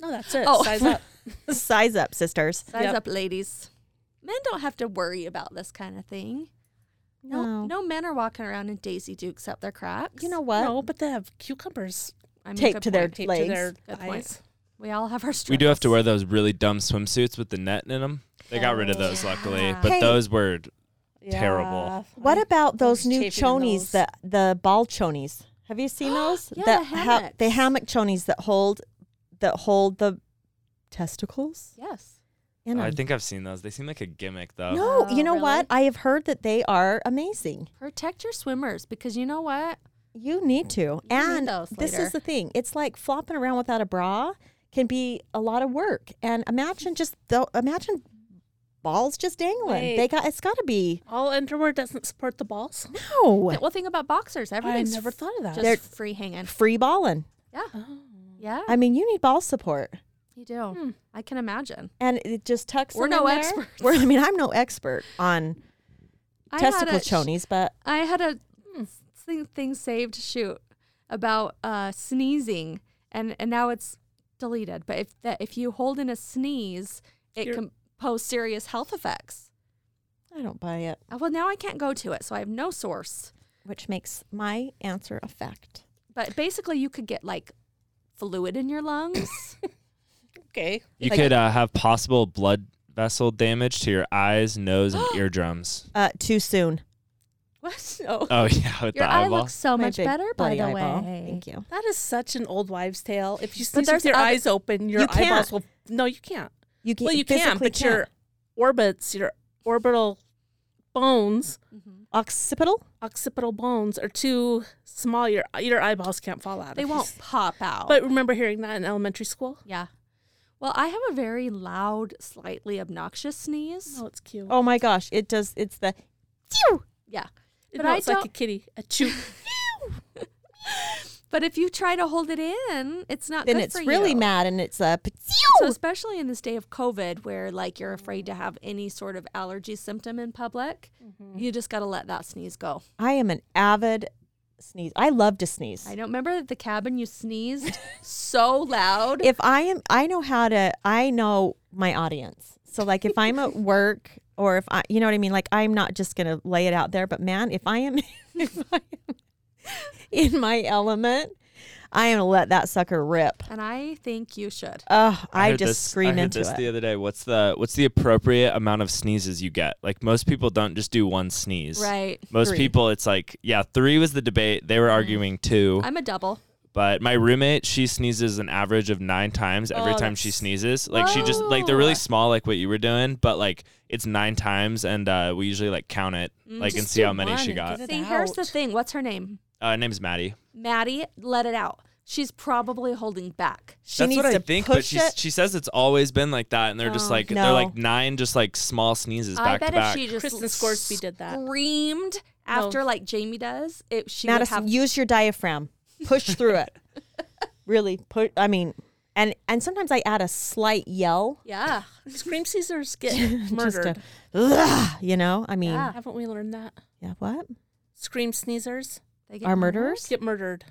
No, that's it.
Oh.
<laughs>
Size up.
size up, sisters.
Size
Yep.
up, ladies. Men don't have to worry about this kind of thing. No,
No.
no, men are walking around in Daisy Dukes up their cracks.
You know what?
No, but they have cucumbers
I mean,
Take
good
to their
point.
taped
legs.
to their
Good
eyes.
point. We all have our.
We do have to
struggles.
wear those really dumb swimsuits with the net in them. They got rid of those, luckily, but
Oh, Hey.
those were
Yeah.
Terrible.
What
I-
about those
just
new
chafing in
chonies,
those.
the the ball chonies? Have you
<gasps>
seen those?
Yeah,
that
the
the
hammocks.
hammock chonies that hold that hold the testicles.
Yes.
in 'em.
I think I've seen those. They seem like a gimmick though.
No,
Oh,
you know what?
really?
I have heard that they are amazing.
Protect your swimmers because you know what?
You need to.
need
and
those
this
later.
is the thing. It's like flopping around without a bra can be a lot of work. And imagine just though imagine balls just dangling. They
Wait.
got it's got to be
all underwear doesn't support the balls?
no
Well, think about boxers.
I
Everything's
never thought of that.
just
They're-
free hanging.
free balling.
Yeah,
Oh. Hmm.
yeah.
I mean, you need ball support.
you do. I can imagine.
And it just tucks.
We're
them in
no
there.
experts.
We're, I mean, I'm no expert on testicle
I had a,
chonies, but
I had a thing, thing saved shoot about uh, sneezing, and, and now it's deleted. But if that if you hold in a sneeze, it
You're-
can pose serious health effects.
I don't buy it,
Uh, Well, now I can't go to it, so I have no source.
which makes my answer a fact.
But basically, you could get like fluid in your
<laughs>
lungs.
Okay.
You
Like-
could uh, have possible blood vessel damage to your eyes,
<gasps>
nose, and eardrums.
Uh, too soon.
what? No.
Oh <laughs> yeah, with
Your
the
eye
eyeball.
looks so
My
much
big
better, by
bloody
the
eyeball.
way.
Thank you.
That is such an old wives' tale. If you sneeze
there's
with your
other-
eyes open, your
You can't.
eyeballs will. No, you can't.
You get,
well, you can,
physically
but your orbits, your orbital bones,
occipital.
occipital bones, are too small. Your your eyeballs can't fall
<laughs>
out.
They
of you.
won't pop out.
But remember hearing that in elementary school?
yeah. Well, I have a very loud, slightly obnoxious sneeze.
Oh, it's cute.
Oh my gosh, it does. It's
Uh,
the
Yeah.
but
But I
it's like a
don't.
kitty, a chew.
But if you try to hold it in, it's not.
then
good
it's
for
really
you.
mad, and it's a
So especially in this day of COVID, where like you're afraid to have any sort of allergy symptom in public,
Mm-hmm.
you just gotta let that sneeze go.
I am an avid sneeze. I love to sneeze.
I don't remember at the cabin you sneezed so
<laughs>
loud.
if I am, I know how to, I know my audience. So, like, if I'm at work or if I, you know what I mean? Like, I'm not just going to lay it out there, but man, if I am, <laughs> if I am in my element, I am going to let that sucker rip.
and I think you should.
Oh, I,
heard
just
this- I
scream
heard
into
this
it.
the other day. What's the what's the appropriate amount of sneezes you get? Like most people don't just do one sneeze.
Right.
Most
Three.
people, it's like yeah, three was the debate. They were arguing two,
I'm a double.
but my roommate she sneezes an average of nine times every
Oh,
time she
that's-
sneezes. Like she just like they're
Whoa.
really small, like what you were doing, but like it's nine times, and uh, we usually like count it, like and
Just
see
do
how many
one
she
and
got.
get it
See, here's the
out.
thing. What's her name?
Uh, her name's Maddie.
Maddie, let it out. She's probably holding back.
she
That's
needs
what I
to
think, but
push
she
it.
she says it's always been like that, and they're just
Oh.
like
No.
they're like nine just like small sneezes
I
back
bet
to back.
if she just
Kristen Scoresby did that.
screamed after like Jamie does, it she
Madison,
would have
use your diaphragm.
<laughs>
Push through it. Really, put, I mean, and, and sometimes I add a slight yell.
yeah.
Scream Caesars get
Just a,
murdered. Ah,
"Ugh," you know, I mean,
Yeah.
Haven't we learned that?
yeah what?
Scream sneezers
They
Our
murdered.
murderers?
get murdered.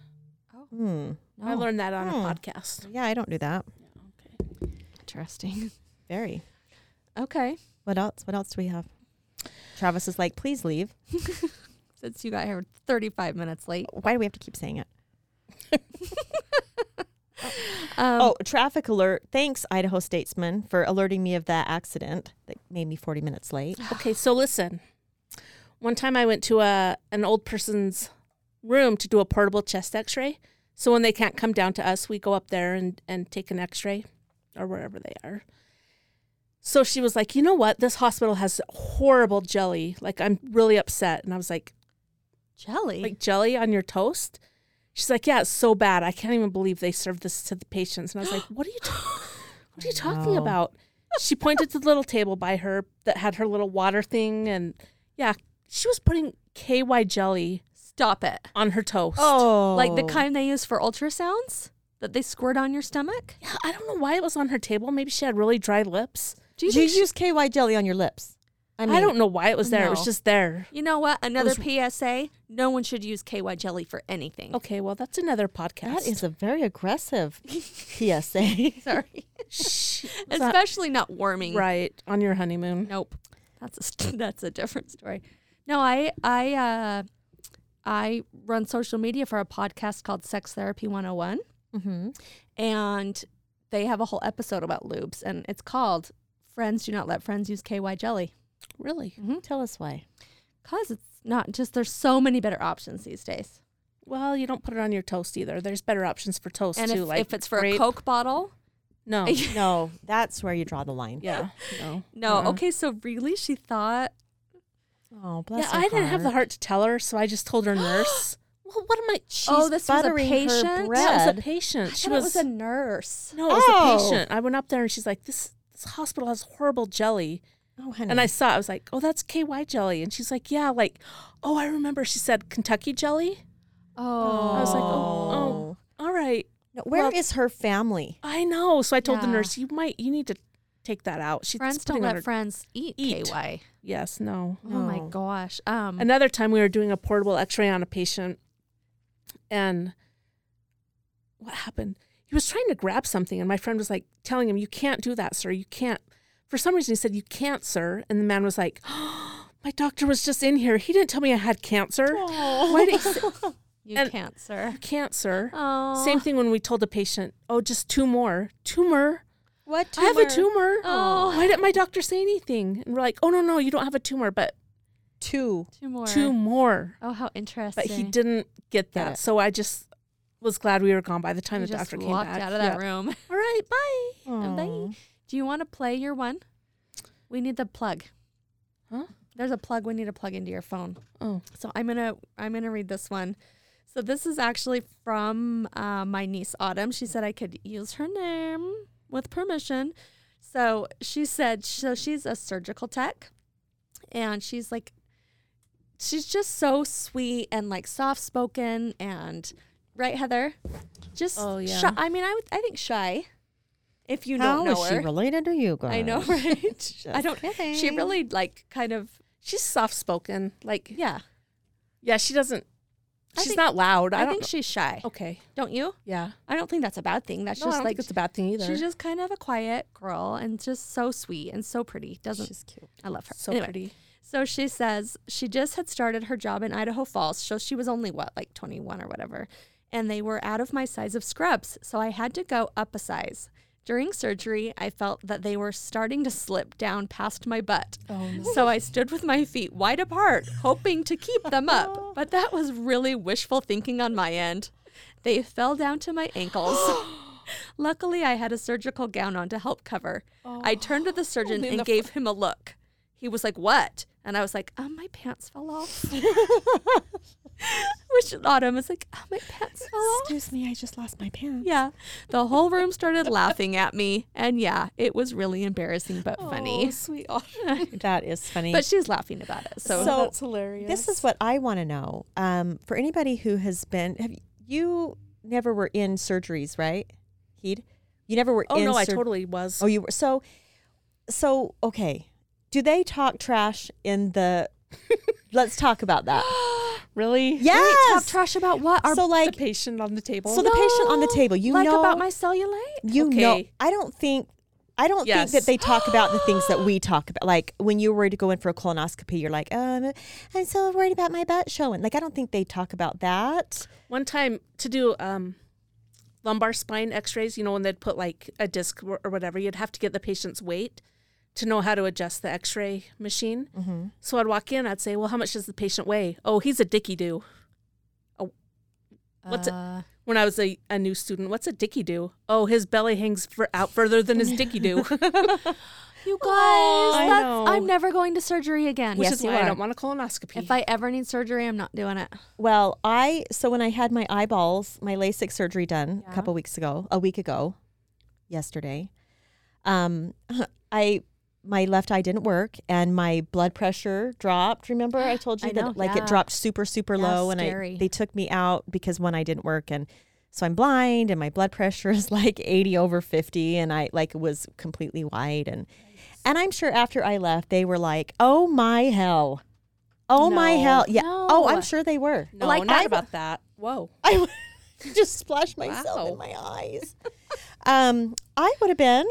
Hmm.
I learned that on
Hmm.
a podcast.
Yeah, I don't do that.
Interesting.
Very.
Okay.
What else? What else do we have? Travis is like, please leave.
Since you got here 35 minutes late.
Why do we have to keep saying it?
Um,
oh, traffic alert. Thanks, Idaho Statesman, for alerting me of that accident that made me 40 minutes late.
Okay, so listen. uh, One time I went to a an old person's room to do a portable chest x-ray. So when they can't come down to us, we go up there and, and take an x ray or wherever they are. So she was like, you know what? This hospital has horrible jelly. Like, I'm really upset. And I was like,
Jelly.
like jelly on your toast? She's like, yeah, it's so bad. I can't even believe they serve this to the patients. And I
<gasps>
was like, what are you, ta- what are you talking
No.
about? She pointed to the little table by her that had her little water thing, and yeah, she was putting KY jelly
Stop it.
on her toast.
Oh,
Like the kind they use for ultrasounds that they squirt on your stomach.
yeah, I don't know why it was on her table. Maybe she had really dry lips.
Do
You,
you think? she-
use KY jelly on your lips. I
I,
mean,
don't know why it was there. It
No.
was just there.
you know what? Another
was-
PSA: No one should use KY jelly for anything.
Okay, well, that's another podcast.
That
<laughs>
is a very aggressive PSA.
Sorry.
Shh. It's not-
Especially not warming.
right on your honeymoon.
Nope. That's a st- <laughs> that's a different story. No, I I uh I run social media for a podcast called Sex Therapy 101
mm-hmm.
and they have a whole episode about lubes and it's called Friends Do Not Let Friends Use KY Jelly
Really?
Tell us why.
cuz it's not just there's so many better options these days.
Well, you don't put it on your toast either. There's better options for toast
And
too,
if,
like
if it's for
grape.
a Coke bottle,
No,
No, that's where you draw the line.
<laughs> yeah, <laughs> no,
no.
Uh-uh.
Okay, so really she thought
Oh, bless
Yeah,
her
I didn't have the
heart.
heart to tell her, so I just told <gasps> her nurse. well, what am I? She,
Oh, this was a
buttering her
patient?
that was
bread.
a patient.
I
She
thought
was,
it was a nurse.
no, it was
Oh.
a patient. I went up there and she's like, this this hospital has horrible jelly,
Oh, honey.
and I saw. it. I was like, oh, that's KY jelly, and she's like, yeah, like, oh, I remember. She said Kentucky jelly.
Oh.
I was like, oh, oh, all right,
No, where
Well-
is her family?
I know. So I told
Yeah.
the nurse, you might, you need to take that out. She's
friends
putting
don't
on
let
her-
friends eat,
eat.
KY.
Yes, no.
Oh my
No.
gosh. Um
Another time we were doing a portable x-ray on a patient and what happened? He was trying to grab something and my friend was like telling him, "You can't do that, sir. You can't." For some reason he said, "You can't, sir." And the man was like, <gasps> "My doctor was just in here. He didn't tell me I had cancer."
<laughs>
Why did he say
you
and-
can't, sir.
cancer?
Oh.
Same thing when we told the patient, "Oh, just two more. Tumor.
What?
I have a tumor."
Oh.
Why didn't my doctor say anything? And we're like, "Oh no, no, you don't have a tumor, but
Two.
Two more.
two more."
Oh, how interesting.
but he didn't
Get
get that.
it.
so I just was glad we were gone by the time
You
the
just
doctor came
walked
back.
out of that
Yeah.
room. <laughs>
All right, bye.
And they-
Aw.
Do you want to play your one? We need the plug.
Huh?
There's a plug we need to plug into your phone.
Oh,
So I'm gonna I'm gonna read this one. So this is actually from uh, my niece Autumn. She said I could use her name with permission. So she said so she's a surgical tech, and she's like, she's just so sweet and like soft spoken and right Heather, just
Oh, yeah.
shy. I mean I would, I think shy. If you
How
don't know
is
her,
she related to you guys?
I know <laughs> right. I don't. She
kidding.
really like kind of
she's soft spoken. Like, yeah.
yeah.
she doesn't.
I
She's
think-
not loud. I,
I,
don't.
think
know. Oh.
she's shy.
okay.
Don't you?
Yeah.
I don't think that's a bad thing. That's
no, I
just
don't
like
think it's a bad thing either.
she's just kind of a quiet girl and just so sweet and so pretty. Doesn't
She's cute.
I love her.
so
Anyway,
pretty.
So she says she just had started her job in Idaho Falls. So she was only what like 21 or whatever. And they were out of my size of scrubs, so I had to go up a size. During surgery, I felt that they were starting to slip down past my butt.
Oh,
So I stood with my feet wide apart, hoping to keep them
<laughs>
up. But that was really wishful thinking on my end. They fell down to my ankles. Luckily, I had a surgical gown on to help cover. I turned to the surgeon and gave him a look. He was like, What? And I was like, Um, my pants fell off. Which Autumn is like, Oh, my pants fell off.
Excuse me, I just lost my pants.
Yeah. The whole room started laughing at me. And yeah, it was really embarrassing but
Oh,
funny.
sweet. <laughs>
That is funny.
But she's laughing about it. <laughs> So,
So-
that's hilarious.
this is what I want to know. Um, for anybody who has been, have y- you never were in surgeries, right? Heed, you never were.
Oh
in
no, I
sur-
totally was.
Oh, you were. So, so okay. Do they talk trash
<laughs>
in the? let's talk
<gasps>
about that.
really?
talk
Yes.
trash about what? Our
so
The
like,
patient on the table.
so the patient on the table, you
like
know,
about my cellulite?
you know,
Okay.
I don't think. I don't
Yes.
think that they talk about the things that we talk about. Like when you're worried to go in for a colonoscopy, you're like, um, I'm so worried about my butt showing. Like, I don't think they talk about that.
One time to do um, lumbar spine x-rays, you know, when they'd put like a disc or or whatever, you'd have to get the patient's weight to know how to adjust the x-ray machine. So I'd walk in, I'd say, well, how much does the patient weigh? Oh, he's a dicky-doo. What's it- when I was a, a new student, what's a dicky do? Oh, his belly hangs for, out further than his dicky do, which
You guys,
I know.
that's, I'm never going to surgery again.
Yes,
is
you
why I
are.
don't want a colonoscopy.
If I ever need surgery, I'm not doing it.
Well, I so when I had my eyeballs, my LASIK surgery done
Yeah.
a couple weeks ago, a week ago, yesterday, um, <laughs> I my left eye didn't work and my blood pressure dropped.
<gasps>
Remember, I told you
I
that
know,
like
yeah.
it dropped super super
Yeah,
low,
scary.
and I they took me out because one eye didn't work, and so I'm blind and my blood pressure <laughs> is like 80 over 50, and I like was completely white and and I'm sure after I left they were like, oh my hell. Oh my
No.
hell. Yeah. Oh,
No.
I'm sure they were.
no,
like,
not
I-
about that. Whoa.
<laughs> I would <laughs> just splashed myself
Wow.
in my eyes. um, I would have been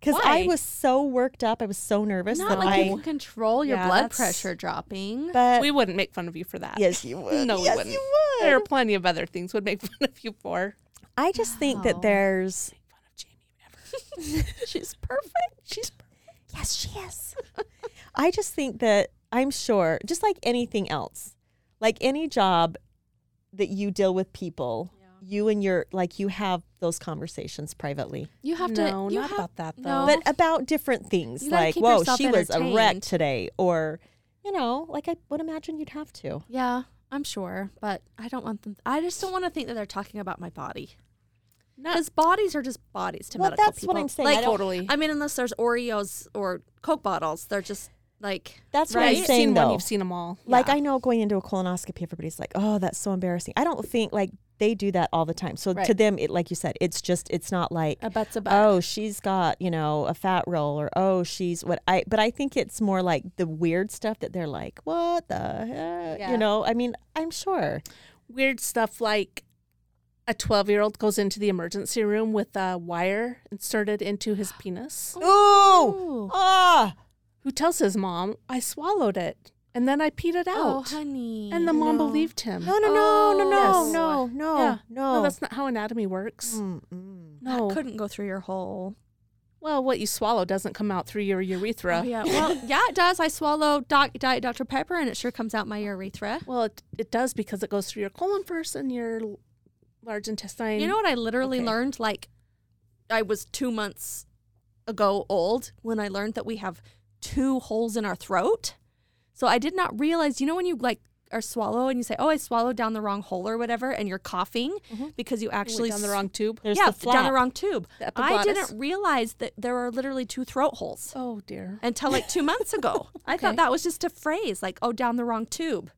because I
Why?
was so worked up. I was so nervous
Not
that
like
I.
you can control your
Yeah,
blood
that's-
pressure dropping.
<laughs> but
We wouldn't make fun of you for that.
Uh, yes, you would.
<laughs> No, we
yes,
wouldn't.
you
There are
would.
plenty of other things would make fun of you for.
I just think
Wow.
that
<laughs>
there's.
Fun of Jamie ever.
She's perfect. She's perfect. yes, she is. <laughs> I just think that I'm sure, just like anything else, like any job that you deal with people. You and your like you have those conversations privately,
You have
no,
to. You
not
have,
about that
no.
though.
but about different things
Oh. You gotta
like
keep
whoa,
yourself
she was a wreck
entertained.
today, or you know, like I would imagine you'd have to.
yeah, I'm sure, but I don't want them. I just don't want to think that they're talking about my body.
Not-
Because bodies are just bodies to
Well,
medical
that's what
people.
I'm saying.
Like,
I don't-
totally.
I mean, unless there's Oreos or Coke bottles, they're just like
That's
Yeah,
what I'm
you've
saying
seen
though.
one, you've seen them all.
Like
yeah.
I know going into a colonoscopy, everybody's like, oh, that's so embarrassing. I don't think like they do that all the time. So to
Right.
them, it like you said, it's just it's not like
a butt's a butt.
oh she's got you know a fat roll or oh she's what I. But I think it's more like the weird stuff that they're like, what the heck?
Yeah.
you know. I mean, I'm sure.
Weird stuff like a 12 year old goes into the emergency room with a wire inserted into his penis.
Ooh.
ah,
Who tells his mom, I swallowed it and then I peed it
Oh,
out.
honey.
and the mom
No.
believed him.
no, no, no, no, no,
Yes.
no, no,
Yeah.
Oh, no. Mm,
that's not how anatomy works.
Mm-mm.
That
No.
couldn't go through your whole.
Well, what you swallow doesn't come out through your urethra.
Oh, yeah. Well, yeah, it does. I swallow doc- Diet Dr. Pepper and it sure comes out my urethra.
Well, it, it does because it goes through your colon first and your l- large intestine.
You know what I literally
Okay.
learned? Like, I was two months ago old when I learned that we have two holes in our throat. So I did not realize, you know, when you like are swallow and you say, oh, I swallowed down the wrong hole or whatever, and you're coughing because you actually.
actually down the
s-
wrong tube.
There's
yeah,
the
down the
flap.
wrong tube.
The
I
epiglottis.
didn't realize that there are literally two throat holes.
Oh dear.
until like two months ago. I
Okay.
thought that was just a phrase, like, oh, down the wrong tube.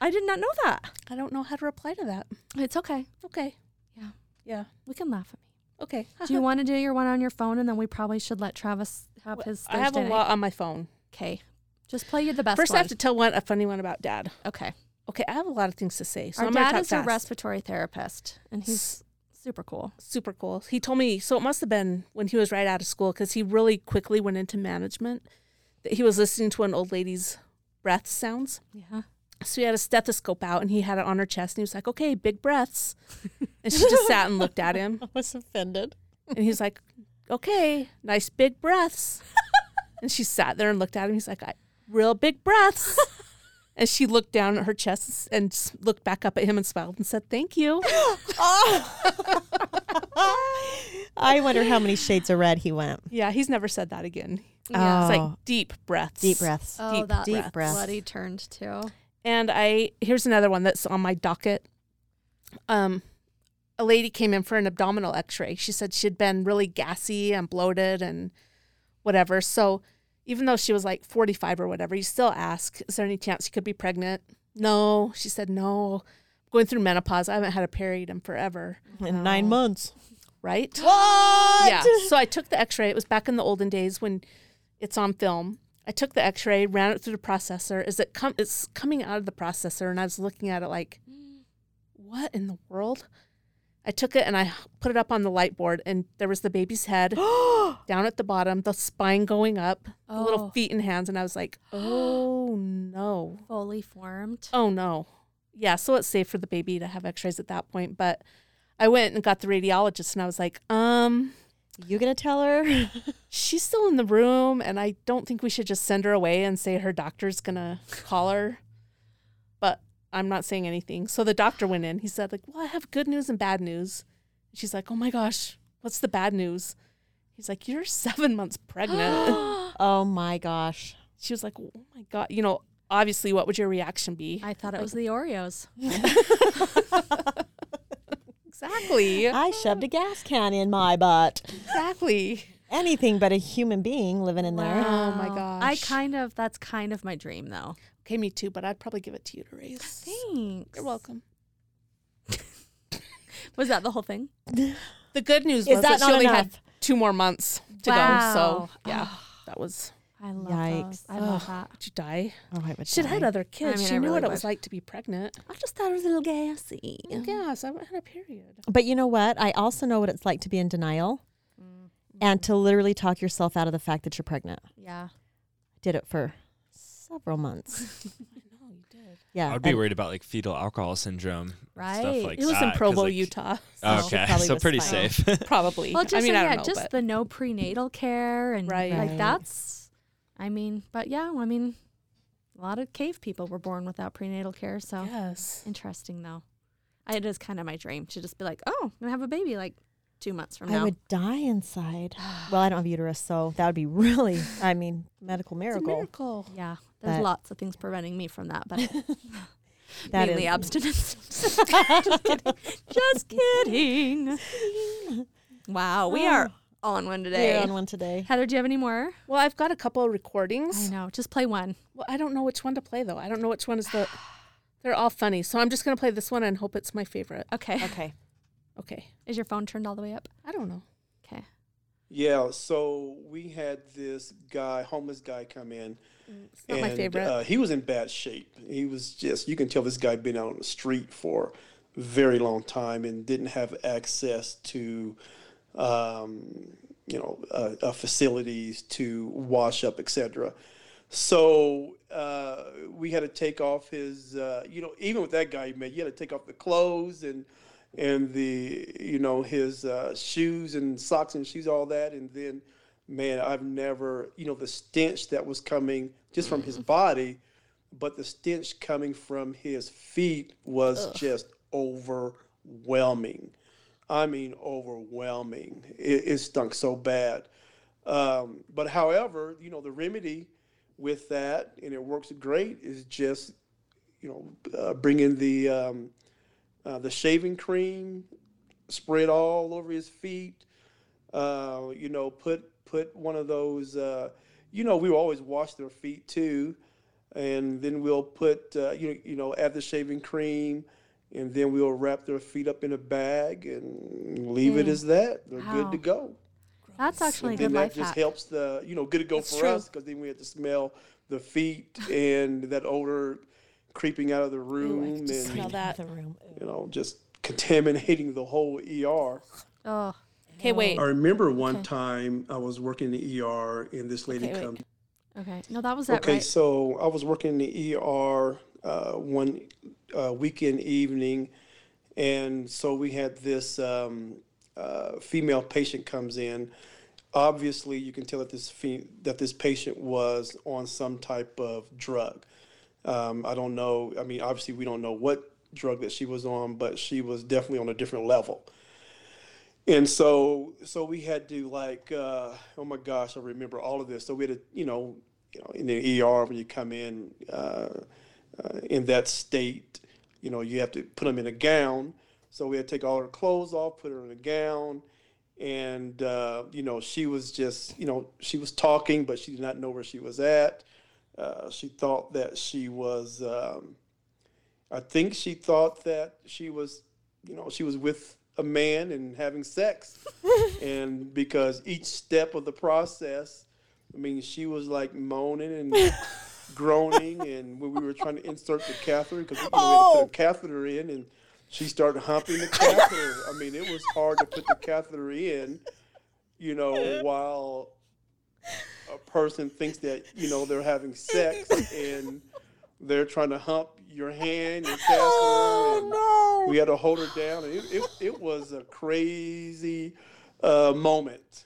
I did not know that.
I don't know how to reply to that.
It's okay.
Okay.
Yeah.
Yeah.
We can laugh at me.
Okay.
Do
<laughs>
you want to do your one on your phone? And then we probably should let Travis have his Thursday
I have a
night.
lot on my phone.
Okay. Just play you the best
First, I
one.
have to tell one a funny one about dad.
okay.
Okay, I have a lot of things to say. So
Our
I'm gonna
dad
talk
is a
fast.
respiratory therapist, and he's super cool.
super cool. He told me so. It must have been when he was right out of school because he really quickly went into management. That he was listening to an old lady's breath sounds.
Yeah.
So he had a stethoscope out and he had it on her chest and he was like, "Okay, big breaths," and she just sat and looked at him
I was <laughs> offended.
and he's like, "Okay, nice big breaths," and she sat there and looked at him. He's like, I, "Real big
<laughs>
breaths." And she looked down at her chest and s- looked back up at him and smiled and said, "Thank
<laughs>
you."
I wonder how many shades of red he went.
Yeah, he's never said that again.
Yeah.
It's
Oh.
like deep breaths.
Deep breaths.
Oh,
Deep-
that
deep
that's
breaths.
what he turned to.
And I here's another one that's on my docket. Um, a lady came in for an abdominal X-ray. She said she'd been really gassy and bloated and whatever. So even though she was like 45 or whatever, you still ask, "Is there any chance you could be pregnant?" No, she said, "No, going through menopause. I haven't had a period in forever."
In nine months.
Right?
What?
Yeah. So I took the x ray. It was back in the olden days when it's on film. I took the x ray, ran it through the processor. Is it com- it's coming out of the processor and I was looking at it like, what in the world? I took it and I put it up on the light board and there was the baby's head down at the bottom, the spine going up, the
Oh.
little feet and hands, and I was like, Oh no.
Fully formed.
Oh no. Yeah, so it's safe for the baby to have x-rays at that point, but I went and got the radiologist and I was like, "Um,
You gonna tell <laughs> her?
she's still in the room and i don't think we should just send her away and say her doctor's gonna call her but I'm not saying anything. So the doctor went in. He said, like, well, I have good news and bad news. She's like, oh my gosh, what's the bad news? He's like, you're seven months
<gasps>
pregnant.
Oh my gosh.
she was like, oh my God. You know, obviously, what would your reaction be?
I thought it was the Oreos.
Exactly.
I shoved a gas can in my butt.
exactly.
Anything but a human being living in there.
Oh my
Wow. I
gosh.
kind of that's kind of my dream though.
Okay, me too, but I'd probably give it to you to raise.
Thanks.
You're welcome.
Was that the whole thing?
The good news
Is
was
that
that, she
not
only had
enough?
two more months to go.
Wow.
So <sighs> yeah, that was.
I love
Yikes.
those. I love
Ugh.
that.
Did you die?
Oh, I would
She'd
die.
had other kids.
I mean,
she
I
knew
really
what it
would.
was like to be pregnant.
I just thought it was a little gassy.
Oh, Yeah, so I had a <laughs> period.
But you know what? I also know what it's like to be in denial
Mm.
and to literally talk yourself out of the fact that you're pregnant.
Yeah.
Did it for
<laughs>
several months.
No, you did.
Yeah.
I'd be
and
worried about like fetal alcohol syndrome,
Right.
Stuff like
It was
that,
in
'cause,
Provo,
like- Oh,
Utah.
So she
Okay,
probably
so
was
pretty
fine.
safe.
<laughs> Probably.
Well, just
I mean,
uh,
I
yeah,
don't know,
just
but
the no prenatal care and
Right.
like
Right.
that's. I mean, but yeah, I mean, a lot of cave people were born without prenatal care, so
yes.
interesting though. I, it is kind of my dream to just be like, oh, I'm gonna have a baby like two months from
I
now.
would die inside. Well, I don't have uterus, so that would be really, I mean, medical
It's a
miracle.
miracle.
<sighs> yeah, there's
But-
lots of things preventing me from that, but
<laughs>
<laughs>
That
mainly
is-
abstinence.
<laughs>
<laughs> just kidding. Just kidding. Wow, we
<sighs>
are on one today.
We're on one today.
Heather, do you have any more?
Well, I've got a couple of
I
recordings.
know. Just play one.
Well, I don't know which one to play though. I don't know which one is the. <sighs> They're all funny, so I'm just gonna play this one and hope it's my favorite.
Okay.
Okay.
Okay.
Is your phone turned all the way up?
I don't know.
Okay.
Yeah, so we had this guy, homeless guy, come in,
It's not my
and,
favorite.
Uh, he was in bad shape. He was just, you can tell this guy had been out on the street for a very long time and didn't have access to, um, you know, uh, uh, facilities to wash up, etc. So uh, we had to take off his, uh, you know, even with that guy, man, you had to take off the clothes and and the, you know, his uh, shoes and socks and shoes, all that, and then, man, I've never, you know, the stench that was coming just from his body, but the stench coming from his feet was just overwhelming. I mean, overwhelming. It, it stunk so bad. Um, but however, you know, the remedy with that, and it works great, is just, you know, uh, bring in the um, uh, the shaving cream, spread all over his feet. Uh, you know, put put one of those. Uh, you know, we always wash their feet too, and then we'll put uh, you know, you know add the shaving cream, and then we'll wrap their feet up in a bag and leave it as that. They're good to go.
That's actually a
And then
good
that
life
just
hack.
helps the you know good to go for
true.
us because then we had to smell the feet and that odor creeping out of the room and
Smell
Uh,
that.
The room.
you know just contaminating the whole ER.
Oh,
Okay, wait.
I remember one time I was working in the ER and this lady
Okay, wait.
comes.
okay. No, that was that
Okay,
right.
so I was working in the ER uh, one uh, weekend evening, and so we had this um, uh, female patient comes in. Obviously, you can tell that this fe- that this patient was on some type of drug. Um, I don't know. I mean, obviously, we don't know what drug that she was on, but she was definitely on a different level. And so, so we had to like, uh, oh my gosh, I remember all of this. So we had to, you know, you know, in the ER when you come in uh, uh, in that state, you know, you have to put them in a gown. So we had to take all her clothes off, put her in a gown, and uh, you know, she was just, you know, she was talking, but she did not know where she was at. Uh, she thought that she was. Um, I think she thought that she was, you know, she was with a man and having sex. and because each step of the process, I mean, she was like moaning and groaning. And when we were trying to insert the catheter, because you know, we had to put a catheter in, and she started humping the catheter. I mean, it was hard to put the catheter in,
<laughs>
you know, while a person thinks that, you know, they're
<laughs>
having sex and they're trying to hump your hand
<laughs>
and cast
Oh,
her. and We had to hold her down. And it, it, it was a crazy uh, moment.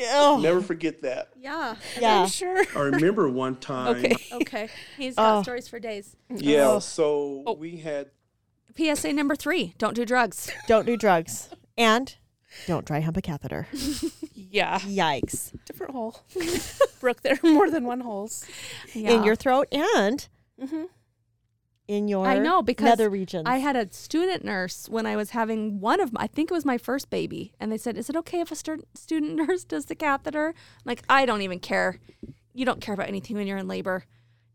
Oh,
Never forget that.
Yeah.
yeah.
sure. <laughs>
I remember one time.
Okay.
Okay. <laughs> He's got
Oh.
stories for days.
Yeah. So we had
PSA number three don't do drugs.
Don't do drugs. And don't dry hump a catheter.
Yeah.
Yikes.
Different hole. <laughs> Brooke, there <laughs> are more than one holes.
In your throat and
Mm-hmm.
in your
I know, because
nether regions.
I had a student nurse when I was having one of my, I think it was my first baby, and they said, "Is it okay if a stu- student <laughs> nurse does the catheter?" I'm like, I don't even care. You don't care about anything when you're in labor.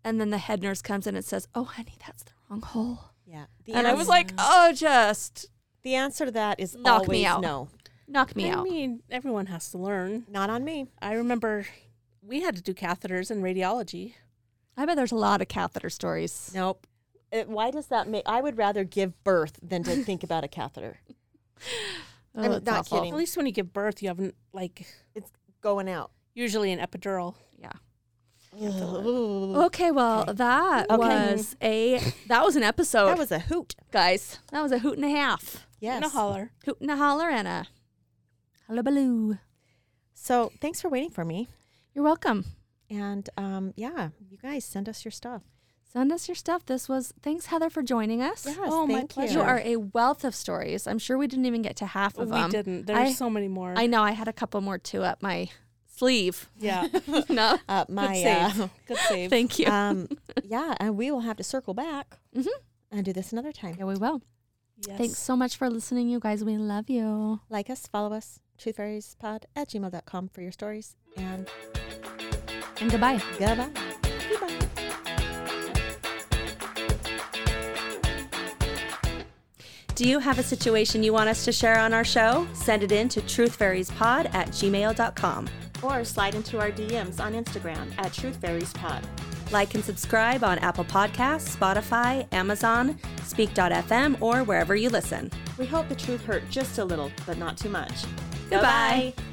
And then the head nurse comes in and says, "Oh, honey, that's the wrong hole."
yeah. The
and I was
answer-
like, "Oh, just
the answer to that is
Knock me
always
out.
no.
knock me
I
out."
mean, everyone has to learn.
Not on me.
I remember we had to do catheters in radiology.
I bet there's a lot of catheter stories.
Nope. It, Uh, why does that make? I would rather give birth than to think about a catheter.
Oh,
I'm
it's
not
awful.
kidding.
At least when you give birth, you have n- like
It's going out.
usually an epidural.
Yeah.
Ugh.
Okay, well, that
Okay.
was a that was an episode,
That was a hoot.
guys. That was a hoot and a half,
Yes.
And a holler.
hoot and a holler and a hullabaloo.
So thanks for waiting for me.
You're welcome.
And um, yeah, you guys send us your stuff.
Send us your stuff. This was thanks Heather for joining us.
Yes,
Oh, my
thank
pleasure.
You are a wealth of stories. I'm sure we didn't even get to half of them.
we didn't. There's
I-
so many more.
I know. I had a couple more too up my sleeve. <laughs>
yeah.
no,
uh,
Good
my
save.
uh,
Good save.
thank you. <laughs>
um, yeah, and we will have to circle back
Mhm.
and do this another time.
yeah, we will.
Yes.
Thanks so much for listening, you guys. We love you.
Like us, follow us, truthfairiespod at gmail.com for your stories. And
And goodbye.
goodbye. Goodbye.
Do you have a situation you want us to share on our show? Send it in to truthfairiespod at gmail.com.
Or slide into our DMs on Instagram at Truth Fairies Pod.
Like and subscribe on Apple Podcasts, Spotify, Amazon, Speak.fm, or wherever you listen.
We hope the truth hurt just a little, but not too much.
Goodbye.
Bye-bye.